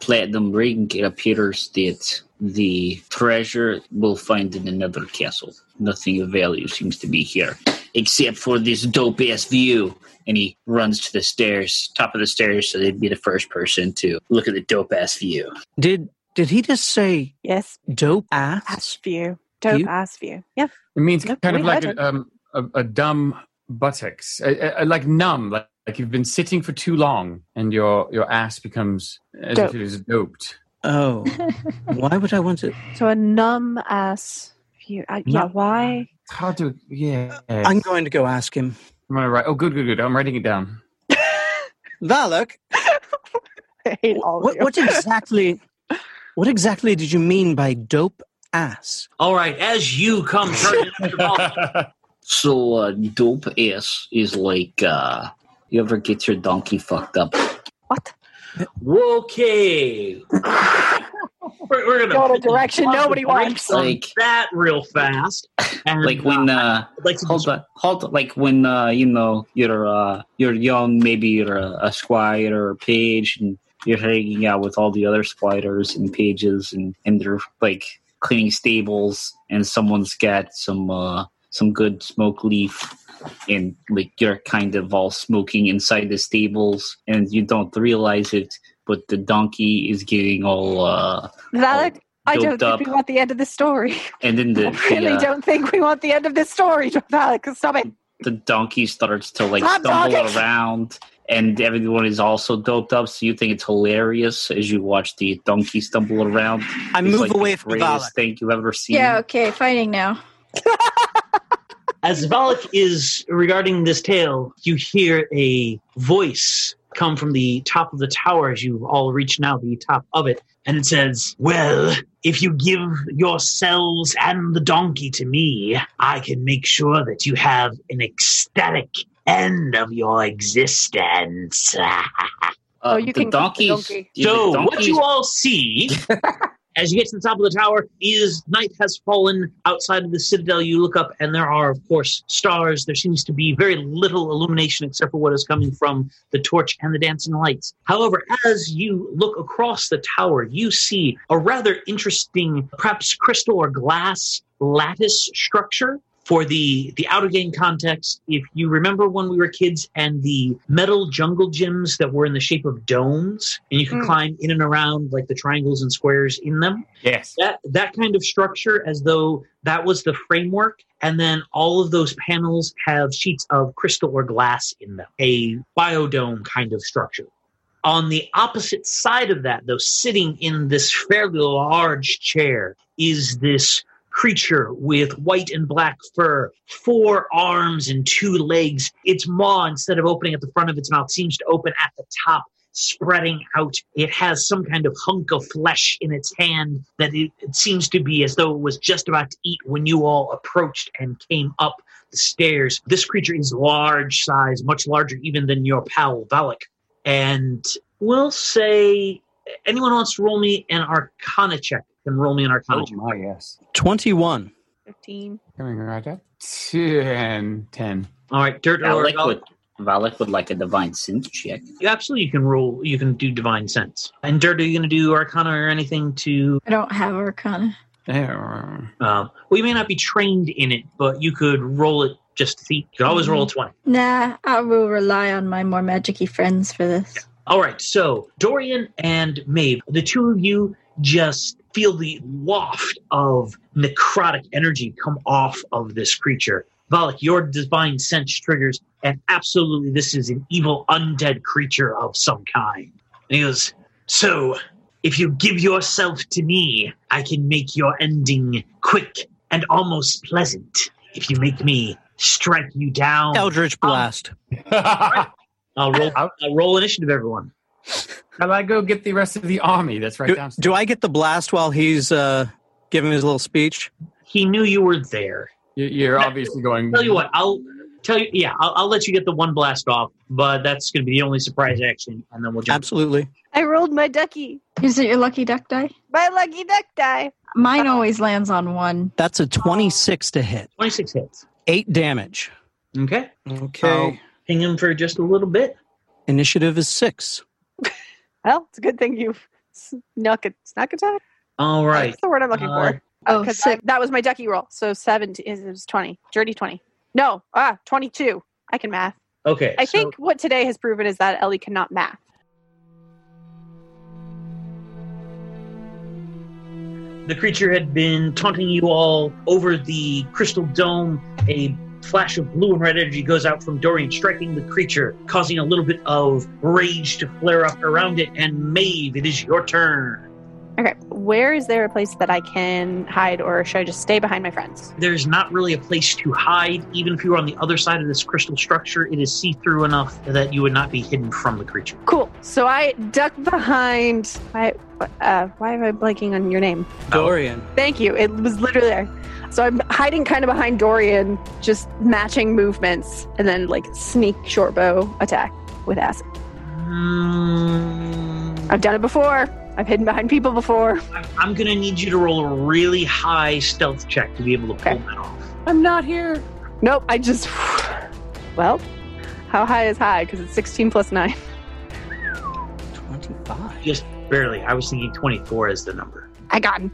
Platinum Ring appears that the treasure will find in another castle. Nothing of value seems to be here, except for this dope ass view. And he runs to the stairs, top of the stairs, so they'd be the first person to look at the dope ass view.
Did did he just say
yes,
dope ass?
ass view. Dope
You-
ass view. Yeah.
It means
Yep,
kind of
we
like
heard
a, um, a, a dumb buttocks, a, a- a- like numb, like, like you've been sitting for too long, and your your ass becomes as
Dope.
if it is doped.
Oh, why would I want it?
So a numb ass view. I, yeah,
Numb.
why?
It's hard to yeah.
I'm going to go ask him.
I'm gonna write. Oh, good, good, good. I'm writing it down.
Valak,
(laughs) I hate all of
what,
you.
what exactly what exactly did you mean by dope ass?
All right, as you come turning up your
Oh.
(laughs)
ball,
So, uh, dope ass is like, uh, you ever get your donkey fucked up?
What?
okay. We're, we're gonna
Go in a direction nobody wants.
Like
Like-
that real fast. And,
Like when, uh,
I'd like to
hold on, hold on. Like when uh, you know you're uh, you're young, maybe you're a, a squire or a page, and you're hanging out with all the other squires and pages, and and they're like cleaning stables, and someone's got some uh, some good smoke leaf, and like you're kind of all smoking inside the stables, and you don't realize it, but the donkey is getting all. Uh,
Valak, I don't
doped
think
up.
we want the end of this story.
and then the
(laughs) I really
the, uh,
don't think we want the end of this story, (laughs) Valak. Stop it.
the donkey starts to like
Stop
stumble
talking!
around and everyone is also doped up so you think it's hilarious as you watch the donkey stumble around
I
It's,
move
like,
away
the
from Valak.
greatest thing you've ever seen
(laughs) Yeah, okay, fighting now.
As Valak is regarding this tale, you hear a voice come from the top of the tower as you all reach now the top of it, and it says, Well, if you give yourselves and the donkey to me, I can make sure that you have an ecstatic end of your existence.
Uh,
Oh, you
the
oh, can keep the
Uh, donkeys
donkey.
yeah, the
so, what
donkeys-
you all see As you get to the top of the tower, is night has fallen outside of the citadel. You look up, and there are, of course, stars. There seems to be very little illumination except for what is coming from the torch and the dancing lights. However, as you look across the tower, you see a rather interesting, perhaps crystal or glass lattice structure for the the outer game context if you remember when we were kids and the metal jungle gyms that were in the shape of domes and you could
Mm.
climb in and around like the triangles and squares in them
Yes.
that that kind of structure as though that was the framework and then all of those panels have sheets of crystal or glass in them a biodome kind of structure on the opposite side of that though sitting in this fairly large chair is this creature with white and black fur four arms and two legs its maw instead of opening at the front of its mouth seems to open at the top spreading out. It has some kind of hunk of flesh in its hand that it, it seems to be as though it was just about to eat when you all approached and came up the stairs. This creature is large size, much larger even than your pal Valak. And we'll say anyone who wants to roll me an arcana check can roll me an arcana
Oh
check.
my yes.
21.
15.
Coming right up. Ten. Ten.
All right, Dirt or
Valak
Valak?
would, Valak would like a divine sense check.
You absolutely can roll you can do divine sense. And Dirt, are you gonna do arcana or anything to
I don't have Arcana.
Err.
Um, well, you may not be trained in it, but you could roll it just to see. You could always roll a 20.
Nah, I will rely on my more magic-y friends for this.
All right, so Dorian and Maeve, the two of you just feel the waft of necrotic energy come off of this creature. Valak, your divine sense triggers, and absolutely, this is an evil undead creature of some kind. And he goes, So, if you give yourself to me, I can make your ending quick and almost pleasant. If you make me strike you down,
Eldritch Blast.
I'll roll. I'll roll initiative, everyone.
Shall I go get the rest of the army? That's right
do,
down.
do I get the blast while he's uh, giving his little speech?
he knew you were there.
You- You're obviously going.
Tell you what, I'll tell you. Yeah, I'll, I'll let you get the one blast off, but that's going to be the only surprise action, and then we'll jump.
Absolutely.
I rolled my ducky.
Is it your lucky duck die?
My lucky duck die.
Mine always lands on one.
That's a 26 to hit.
Twenty-six hits.
Eight damage.
Okay,
Okay.
ping him for just a little bit.
Initiative is six.
Well, it's a good thing you snuck a snuck attack.
All right.
That's the word I'm looking
Uh,
for.
Oh,
Because
sick.
that was my ducky roll. So seven t- is it was twenty. Dirty twenty. No, ah, twenty-two. I can math.
Okay.
I
so-
think what today has proven is that Ellie cannot math.
The creature had been taunting you all over the crystal dome. A flash of blue and red energy goes out from Dorian, striking the creature, causing a little bit of rage to flare up around it. And Maeve, it is your turn.
Okay, where is there a place that I can hide, or should I just stay behind my friends?
There's not really a place to hide. Even if you were on the other side of this crystal structure, it is see through enough that you would not be hidden from the creature.
Cool. So I duck behind. Why? Uh, why am I blanking on your name?
Dorian.
Thank you. It was literally there. So I'm hiding kind of behind Dorian, just matching movements, and then like sneak short bow attack with acid.
Mm,
I've done it before. I've hidden behind people before.
I- I'm going to need you to roll a really high stealth check to be able to pull
Okay.
that off.
I'm not here. Nope. I just. (sighs) Well, how high is high? Because it's 16 plus 9.
25.
Just barely. I was thinking 24 is the number.
(laughs) I got him.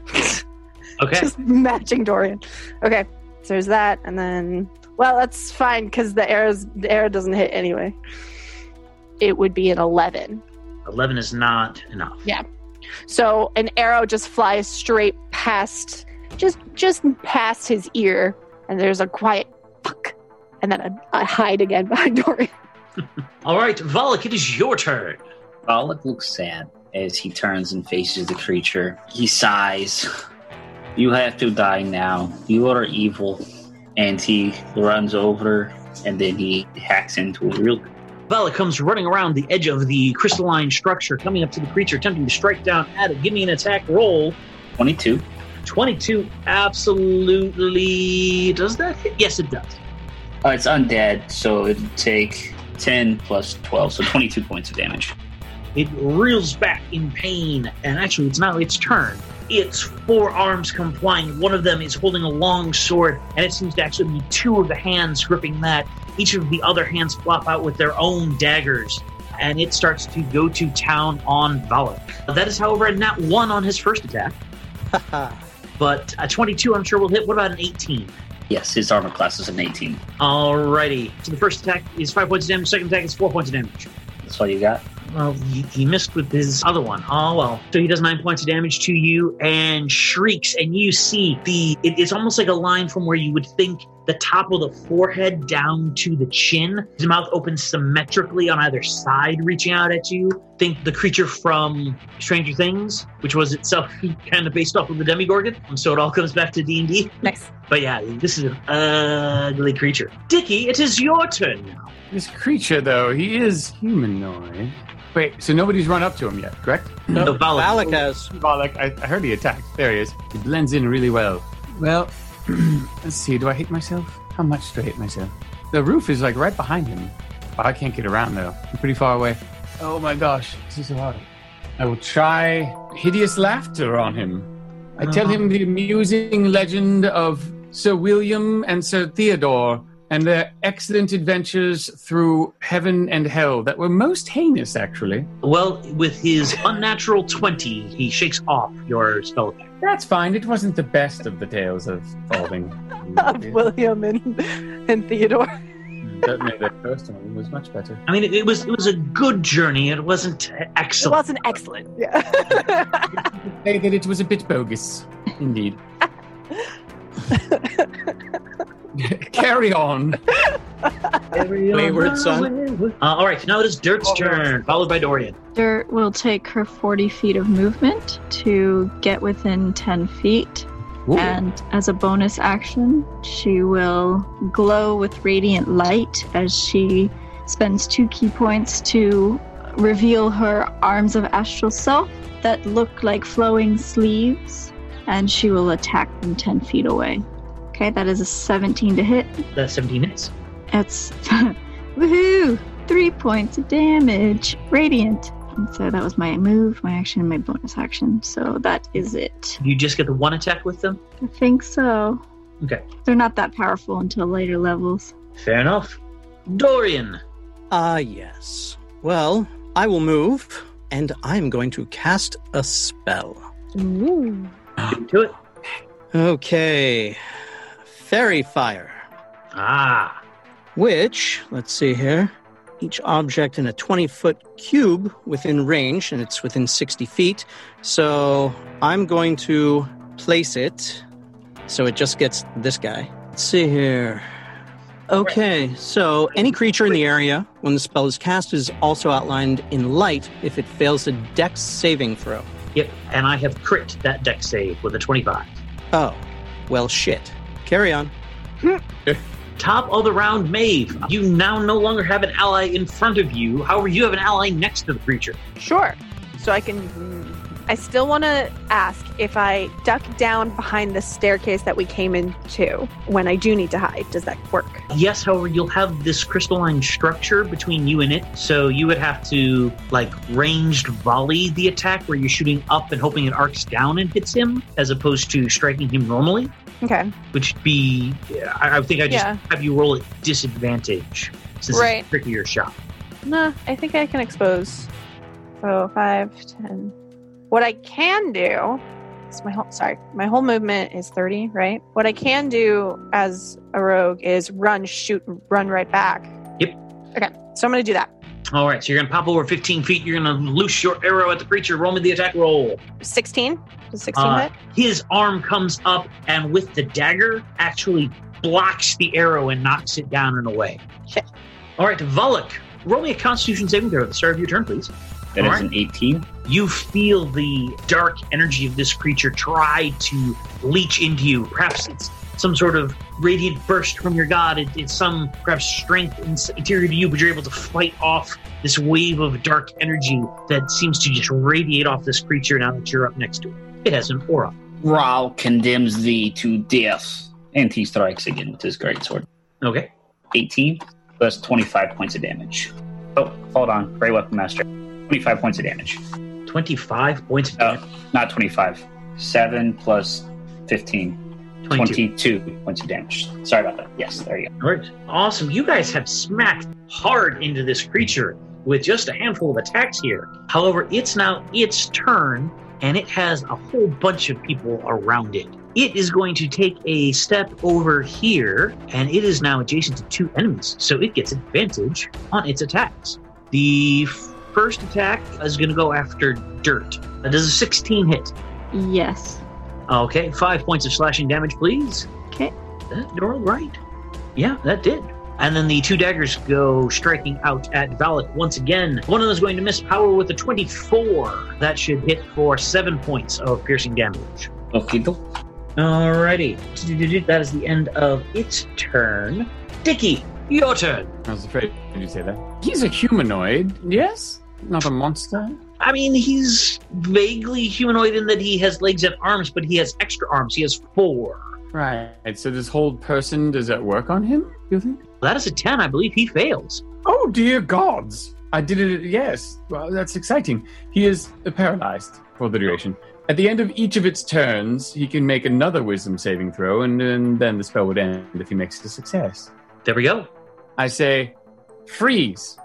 Okay.
just matching Dorian. Okay. So there's that. And then. Well, that's fine because the, arrows- the arrow doesn't hit anyway. It would be an 11.
11 is not enough.
Yeah. So an arrow just flies straight past, just just past his ear, and there's a quiet fuck, and then I, I hide again (laughs) behind Dorian.
All right, Valak, it is your turn.
Valak looks sad as he turns and faces the creature. He sighs. You have to die now. You are evil. And he runs over and then he hacks into a real.
Valak comes running around the edge of the crystalline structure, coming up to the creature, attempting to strike down at it. Give me an attack roll.
22.
22 absolutely. Does that hit? Yes, it does.
Uh, it's undead, so it'd take 10 plus 12, so 22 points of damage.
It reels back in pain, and actually, it's now its turn. its four arms complying. One of them is holding a long sword, and it seems to actually be two of the hands gripping that. Each of the other hands flop out with their own daggers, and it starts to go to town on Valak. That is, however, a nat one on his first attack, but a 22 I'm sure will hit. What about an 18?
Yes, his armor class is an 18.
Alrighty. So the first attack is five points of damage, second attack is four points of damage.
That's all you got.
Well, he, he missed with his other one. Oh well. So he does nine points of damage to you and shrieks, and you see the. It, it's almost like a line from where you would think the top of the forehead down to the chin. His mouth opens symmetrically on either side, reaching out at you. Think the creature from Stranger Things, which was itself (laughs) kind of based off of the Demigorgon, and so it all comes back to D and D.
Nice.
But yeah, this is an ugly creature. Dicky, it is your turn now.
This creature, though, he is humanoid. Wait, so nobody's run up to him yet, correct?
No, Valak.
Valak has.
Balak, I, I heard he attacked. There he is. He blends in really well. (clears throat) Well, let's see. Do I hit myself? How much do I hit myself? The roof is like right behind him. But I can't get around though. I'm pretty far away. Oh my gosh, this is so hard. I will try hideous laughter on him. I tell him the amusing legend of Sir William and Sir Theodore and their excellent adventures through heaven and hell that were most heinous, actually.
Well, with his unnatural 20, he shakes off your spell attack.
That's fine. It wasn't the best of the tales of falling.
Of William and, and Theodore.
Certainly, the first one was much better.
I mean, it, it was it was a good journey. It wasn't
It
excellent.
wasn't excellent. Yeah.
Say that it was a bit bogus, indeed. (laughs) Carry on.
Wayward son.
Uh, all right, now it is Dirt's turn, followed by Dorian.
Dirt will take her 40 feet of movement to get within 10 feet. And as a bonus action, she will glow with radiant light as she spends two key points to reveal her arms of astral self that look like flowing sleeves, and she will attack from 10 feet away. Okay, that is a 17 to hit.
That's 17 hits.
That's (laughs) woohoo! Three points of damage, radiant. And so that was my move, my action, my bonus action. So that is it.
You just get the one attack with them.
I think so.
Okay.
They're not that powerful until later levels.
Fair enough. Dorian.
Ah, yes. Well, I will move, and I'm going to cast a spell.
Ooh.
Do it.
Okay. Fairy Fire.
Ah.
which, let's see here, each object in a 20 foot cube within range, and it's within 60 feet. So I'm going to place it so it just gets this guy. Let's see here. Okay, so any creature in the area when the spell is cast is also outlined in light if it fails a dex saving throw.
Yep. And I have crit that deck save with a 25.
Oh, well, shit. Carry on.
Top of the round, Maeve. You now no longer have an ally in front of you. However, you have an ally next to the creature.
Sure. So I can. I still want to ask if I duck down behind the staircase that we came into when I do need to hide. Does that work?
Yes, however, you'll have this crystalline structure between you and it, so you would have to like ranged volley the attack where you're shooting up and hoping it arcs down and hits him, as opposed to striking him normally,
Okay.
which would be I, I think I just
Yeah.
have you roll at disadvantage since it's
Right.
a trickier shot.
Nah, I think I can expose. So five, ten. What I can do is my whole sorry, my whole movement is thirty, right? What I can do as a rogue is run, shoot, run right back.
Yep.
Okay, so I'm gonna do that.
All right, so you're gonna pop over 15 feet. You're gonna loose your arrow at the creature. Roll me the attack roll.
Sixteen. Does sixteen
Uh,
hit?
His arm comes up and with the dagger actually blocks the arrow and knocks it down and away.
Shit.
All right, Volok, roll me a Constitution saving throw at the start of your turn, please.
That is
All right.
an 18.
You feel the dark energy of this creature try to leech into you. Perhaps it's some sort of radiant burst from your god. It, it's some perhaps strength in- interior to you, but you're able to fight off this wave of dark energy that seems to just radiate off this creature now that you're up next to it. It has an aura.
Raul condemns thee to death. And he strikes again with his great sword.
Okay.
18 plus 25 points of damage. Oh, hold on. Great Weapon Master. 25 points of damage.
25 points of
Oh,
damage.
not 25. 7 plus 15.
22.
22 points of damage. Sorry about that. Yes, there you go.
All right. Awesome. You guys have smacked hard into this creature with just a handful of attacks here. However, it's now its turn, and it has a whole bunch of people around it. It is going to take a step over here, and it is now adjacent to two enemies, so it gets advantage on its attacks. The first attack is going to go after Dirt. That does a 16 hit.
Yes.
Okay, five points of slashing damage, please.
Okay.
That, you're all right. Yeah, that did. And then the two daggers go striking out at Valak once again. One of them is going to miss power with a 24. That should hit for seven points of piercing damage.
Okie doke.
Alrighty. That is the end of its turn. Dicky, your turn.
I was afraid you say that. He's a humanoid, yes? Not a monster?
I mean, he's vaguely humanoid in that he has legs and arms, but he has extra arms. He has four.
Right. So this whole person, does that work on him, you think?
That is a 10. I believe he fails.
Oh dear gods! I did it. Yes. Well, that's exciting. He is paralyzed for the duration. At the end of each of its turns, he can make another wisdom saving throw, and, and then the spell would end if he makes it a success.
There we go.
I say, freeze.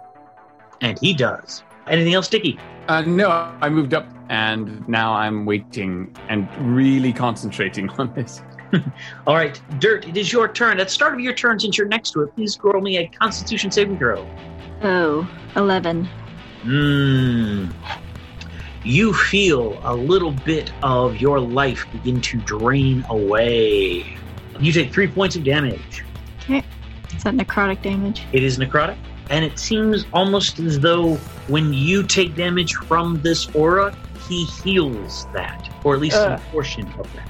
And he does. Anything else, Dicky?
Uh, no, I moved up, and now I'm waiting and really concentrating (laughs) on this.
All right, Dirt, it is your turn. At the start of your turn, since you're next to it, please roll me a Constitution saving throw.
Oh, 11.
Mmm. You feel a little bit of your life begin to drain away. You take three points of damage.
Is that necrotic damage?
It is necrotic, and it seems almost as though when you take damage from this aura, he heals that, or at least
Ugh.
some portion of that.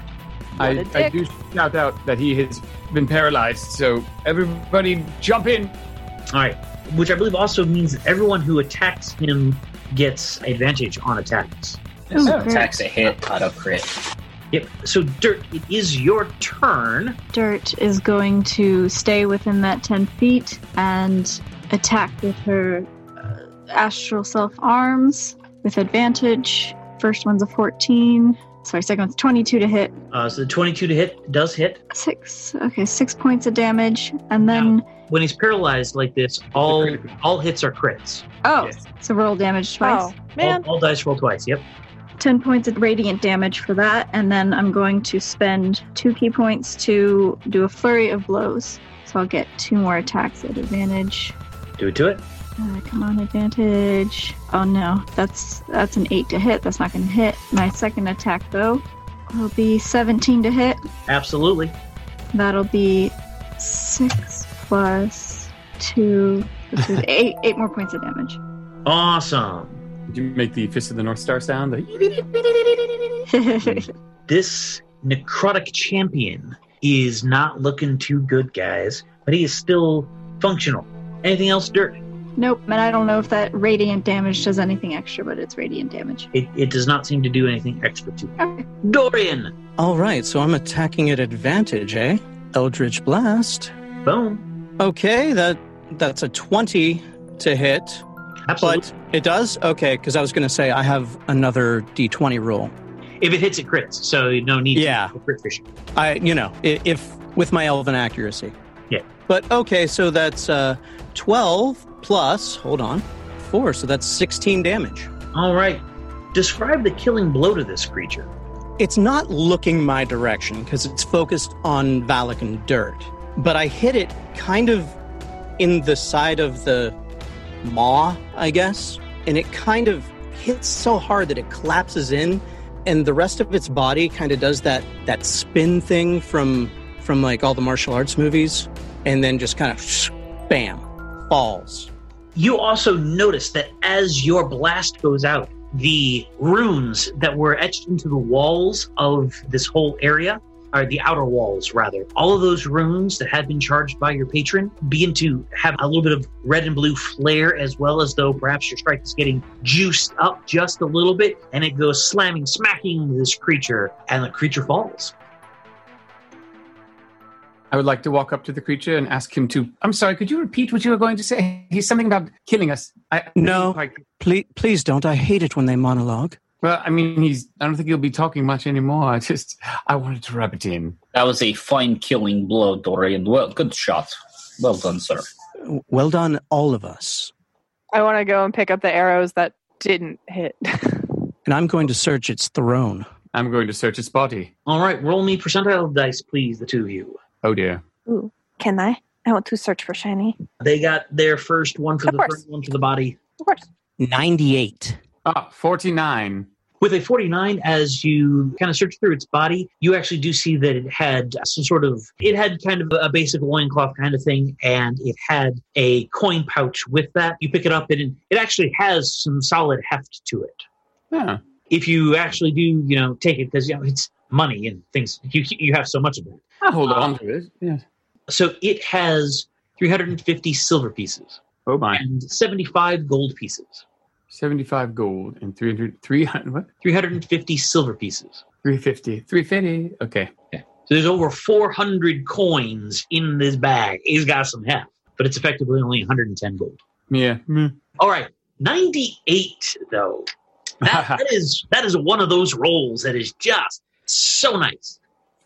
I,
a
I
dick.
do shout out that he has been paralyzed, so everybody jump in.
All right, which I believe also means that everyone who attacks him gets advantage on attacks.
Ooh,
So
great.
attacks a hit, auto crit.
Yep. So, Dirt, it is your turn.
Dirt is going to stay within that 10 feet and attack with her uh, astral self arms with advantage. First one's a 14. Sorry, second one's 22 to hit.
Uh, so the 22 to hit does hit.
Six. Okay, six points of damage. And then,
When he's paralyzed like this, all
critical.
all hits are crits.
oh,
Yes.
so roll damage twice.
Oh,
All,
man.
all dice roll twice. Yep.
10 points of radiant damage for that. And then I'm going to spend two key points to do a flurry of blows. So I'll get two more attacks at advantage.
Do it to it.
Uh, come on, advantage. Oh no, that's that's an eight to hit. That's not gonna hit. My second attack though will be 17 to hit.
Absolutely.
That'll be six plus two. This is eight eight more points of damage. (laughs)
Awesome.
Did you make the fist of the North Star sound? The-
This necrotic champion is not looking too good, guys, but he is still functional. Anything else, Dirt?
nope, and I don't know if that radiant damage does anything extra, but it's radiant damage.
It, it does not seem to do anything extra to him.
Okay.
Dorian.
All right, so I'm attacking at advantage, eh? Eldritch Blast.
Boom.
Okay, that that's a 20 to hit,
Absolutely.
but it does? Okay, because I was going to say I have another d20 roll.
if it hits, it crits. So no need.
Yeah.
To crit for sure.
I, you know, i- if with my elven accuracy.
Yeah.
But okay, so that's uh, 12 plus, hold on, 4, so that's 16 damage.
All right. Describe the killing blow to this creature.
It's not looking my direction because it's focused on Valak and Dirt, but I hit it kind of in the side of the maw, I guess, and it kind of hits so hard that it collapses in, and the rest of its body kind of does that that spin thing from from like all the martial arts movies, and then just kind of bam falls.
You also notice that as your blast goes out, the runes that were etched into the walls of this whole area, or the outer walls rather, all of those runes that had been charged by your patron begin to have a little bit of red and blue flare, as well as though perhaps your strike is getting juiced up just a little bit, and it goes slamming, smacking into this creature, and the creature falls.
I would like to walk up to the creature and ask him to. I'm sorry, could you repeat what you were going to say? He's something about killing us. I
No.
Like,
Please, please don't. I hate it when they monologue.
Well, I mean, he's. I don't think he'll be talking much anymore. I just, I wanted to rub it in.
That was a fine killing blow, Dorian. Well, good shot. Well done, sir.
Well done, all of us.
I want to go and pick up the arrows that didn't hit. (laughs)
And I'm going to search its throne.
I'm going to search his body.
All right, roll me percentile dice, please, the two of you.
Oh dear.
Can I? I want to search for shiny.
They got their first one for
Of
the
course.
third one for the body.
of course.
98.
Ah, 49.
With a 49, as you kind of search through its body, you actually do see that it had some sort of, it had kind of a basic loincloth kind of thing, and it had a coin pouch with that. You pick it up, and it actually has some solid heft to it.
Huh.
If you actually do, you know, take it, because, you know, it's money and things, you, you have so much of it.
I'll hold on to it. Yeah.
So it has 350 silver pieces
Oh my.
and 75 gold pieces.
75 gold and 300, 300 what?
350 silver pieces.
350. 350. Okay.
So there's over 400 coins in this bag. He's got some heft, but it's effectively only 110 gold.
Yeah. Mm.
All right, 98 though. That, that is that is one of those rolls that is just so nice.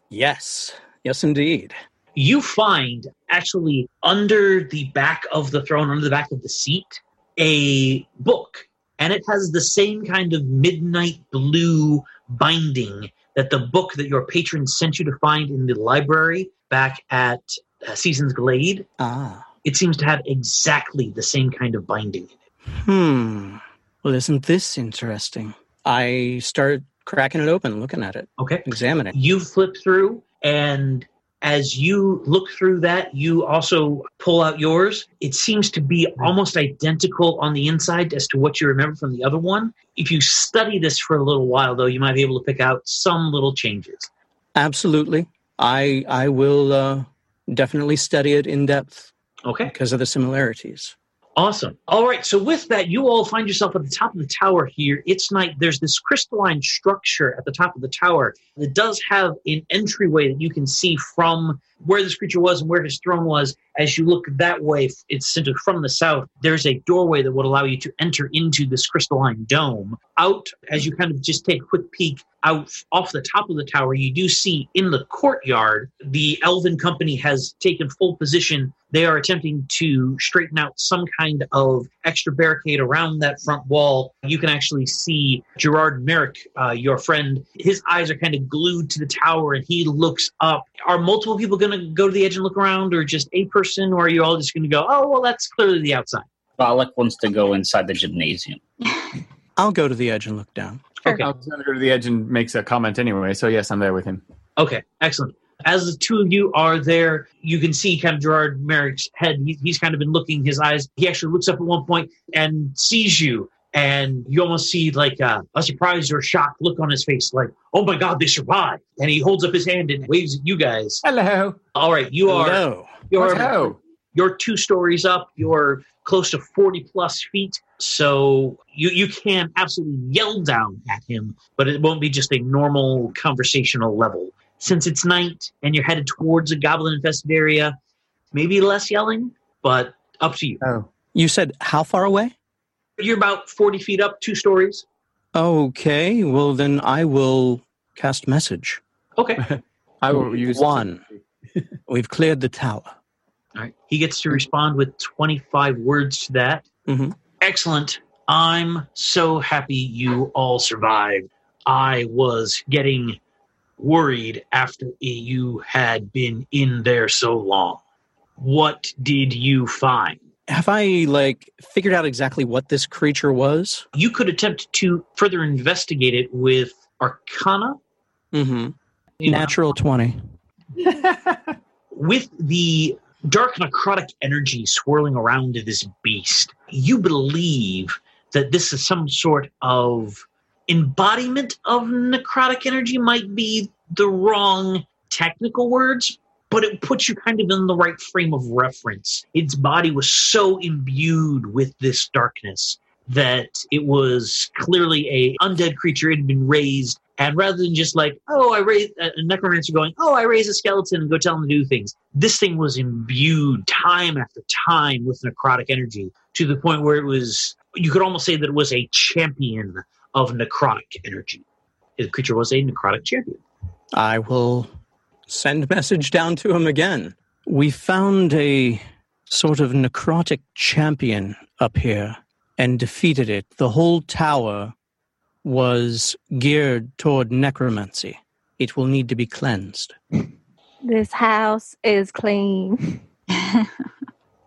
Yes. Yes, indeed.
You find actually under the back of the throne, under the back of the seat, a book, and it has the same kind of midnight blue binding that the book that your patron sent you to find in the library back at uh, Season's Glade.
Ah.
It seems to have exactly the same kind of binding. in it.
Hmm. Well, isn't this interesting? I start cracking it open, looking at it,
Okay.
examining.
You flip through, and as you look through that, you also pull out yours. It seems to be almost identical on the inside as to what you remember from the other one. If you study this for a little while, though, you might be able to pick out some little changes.
Absolutely. I I will uh, definitely study it in depth
Okay.
because of the similarities.
Awesome. All right. So with that, you all find yourself at the top of the tower here. It's night. There's this crystalline structure at the top of the tower that does have an entryway that you can see from where this creature was and where his throne was. As you look that way, it's centered from the south. There's a doorway that would allow you to enter into this crystalline dome. Out, as you kind of just take a quick peek out off the top of the tower, you do see in the courtyard the Elven Company has taken full position. They are attempting to straighten out some kind of extra barricade around that front wall. You can actually see Gerard Merrick, uh, your friend. His eyes are kind of glued to the tower, and he looks up. Are multiple people going to go to the edge and look around, or just a person, or are you all just going to go? Oh, well, that's clearly the outside.
Balak wants to go inside the gymnasium.
I'll go to the edge and look down.
Okay.
I was going to go to the edge and makes a comment anyway. So, yes, I'm there with him.
Okay, excellent. As the two of you are there, you can see kind of Gerard Merrick's head. He, he's kind of been looking his eyes. He actually looks up at one point and sees you, and you almost see like a, a surprise or shock look on his face, like "Oh my God, they survived!" And he holds up his hand and waves at you guys.
Hello.
All right, you are
Hello.
you are
Hello.
you're two stories up. You're close to forty plus feet, so you you can absolutely yell down at him, but it won't be just a normal conversational level. Since it's night and you're headed towards a goblin infested area, maybe less yelling, but up to you.
Oh.
You said how far away?
You're about forty feet up, two stories.
Okay. Well, then I will cast message.
Okay,
I will use
One. We've cleared the tower.
all right. He gets to respond with twenty five words to that.
Mhm.
Excellent. I'm so happy you all survived. I was getting worried after you had been in there so long. What did you find?
Have I like figured out exactly what this creature was?
You could attempt to further investigate it with Arcana.
Mm-hmm. Natural twenty.
with the dark necrotic energy swirling around this beast, you believe that this is some sort of embodiment of necrotic energy, might be the wrong technical words. But it puts you kind of in the right frame of reference. Its body was so imbued with this darkness that it was clearly a undead creature. It had been raised and rather than just like, oh, I raise a a necromancer going, oh, I raise a skeleton and go tell them to do things, this thing was imbued time after time with necrotic energy to the point where it was, you could almost say that it was a champion of necrotic energy. The creature was a necrotic champion.
I will send message down to him again. We found a sort of necrotic champion up here and defeated it. The whole tower was geared toward necromancy. It will need to be cleansed.
This house is clean.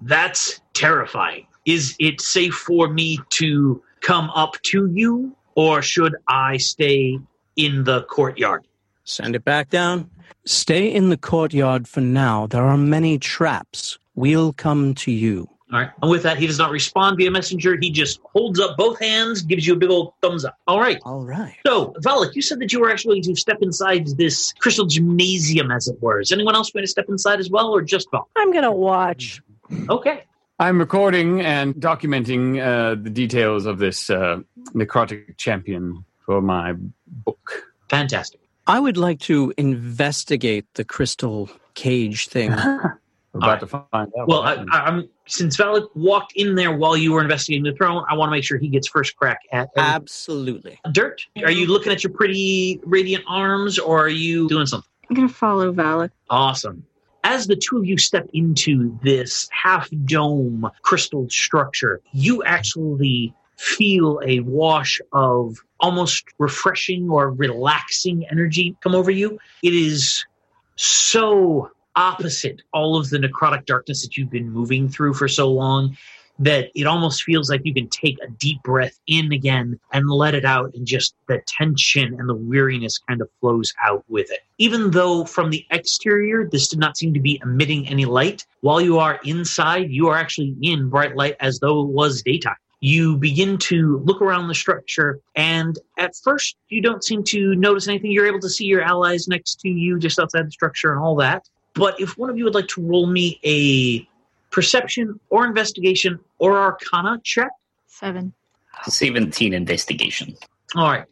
That's terrifying. Is it safe for me to come up to you, or should I stay in the courtyard?
Send it back down. Stay in the courtyard for now. There are many traps. We'll come to you.
All right. And with that, he does not respond via messenger. He just holds up both hands, gives you a big old thumbs up. All right.
All right.
So, Valak, you said that you were actually going to step inside this crystal gymnasium, as it were. Is anyone else going to step inside as well, or just Valak?
I'm gonna watch.
Okay.
I'm recording and documenting uh, the details of this uh, necrotic champion for my book.
Fantastic.
I would like to investigate the crystal cage thing.
We're
All
about to find out.
Well,
what
I,
happened.
I- I'm since Valak walked in there while you were investigating the throne, I want to make sure he gets first crack at everything.
Absolutely.
Dirt, are you looking at your pretty radiant arms or are you doing something?
I'm gonna (laughs) follow Valak.
Awesome. As the two of you step into this half dome crystal structure, you actually feel a wash of almost refreshing or relaxing energy come over you. It is so opposite all of the necrotic darkness that you've been moving through for so long that it almost feels like you can take a deep breath in again and let it out and just the tension and the weariness kind of flows out with it even though from the exterior this did not seem to be emitting any light while you are inside you are actually in bright light as though it was daytime you begin to look around the structure and at first you don't seem to notice anything you're able to see your allies next to you just outside the structure and all that but if one of you would like to roll me a perception or investigation or arcana check.
Seven.
17 investigation.
All right.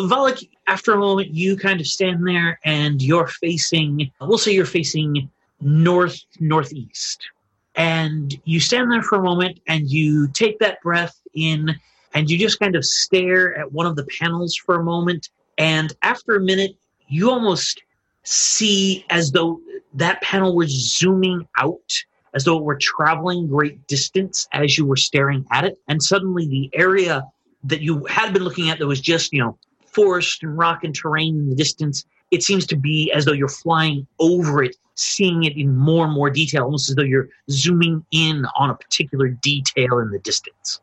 Valak, after a moment, you kind of stand there and you're facing, we'll say you're facing north, northeast. And you stand there for a moment and you take that breath in and you just kind of stare at one of the panels for a moment. And after a minute, you almost see as though that panel was zooming out as though it were traveling great distance as you were staring at it and suddenly the area that you had been looking at that was just you know forest and rock and terrain in the distance it seems to be as though you're flying over it seeing it in more and more detail almost as though you're zooming in on a particular detail in the distance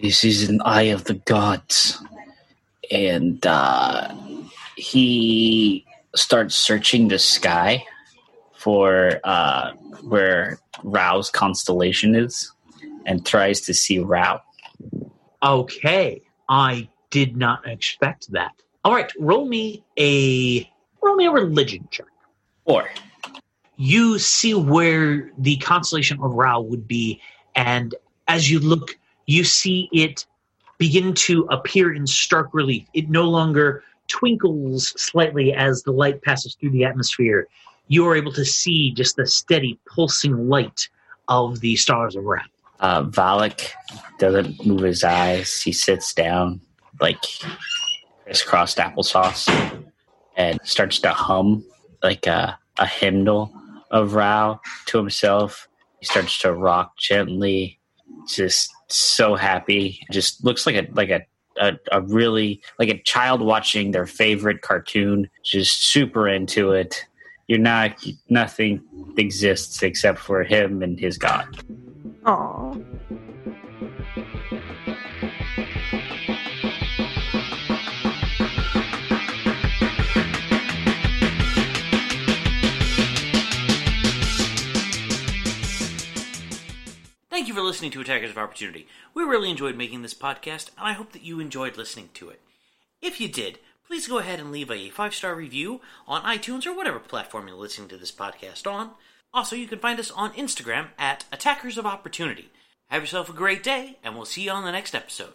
This is an Eye of the Gods. And uh, he starts searching the sky for uh, where Rao's constellation is and tries to see Rao.
okay i did not expect that all right roll me a roll me a religion check
Or
you see where the constellation of Ra would be, and as you look, you see it begin to appear in stark relief. It no longer twinkles slightly as the light passes through the atmosphere. You are able to see just the steady pulsing light of the stars of Ra.
uh, Valak doesn't move his eyes. He sits down like crisscrossed applesauce and starts to hum like a, a hymnal of Rao to himself. He starts to rock gently, just so happy. Just looks like a like a a, a really like a child watching their favorite cartoon, just super into it. You're not nothing exists except for him and his god.
Aw.
Thank you for listening to Attackers of Opportunity. We really enjoyed making this podcast, and I hope that you enjoyed listening to it. If you did, please go ahead and leave a five star review on iTunes or whatever platform you're listening to this podcast on. Also, you can find us on Instagram at Attackers of Opportunity. Have yourself a great day, and we'll see you on the next episode.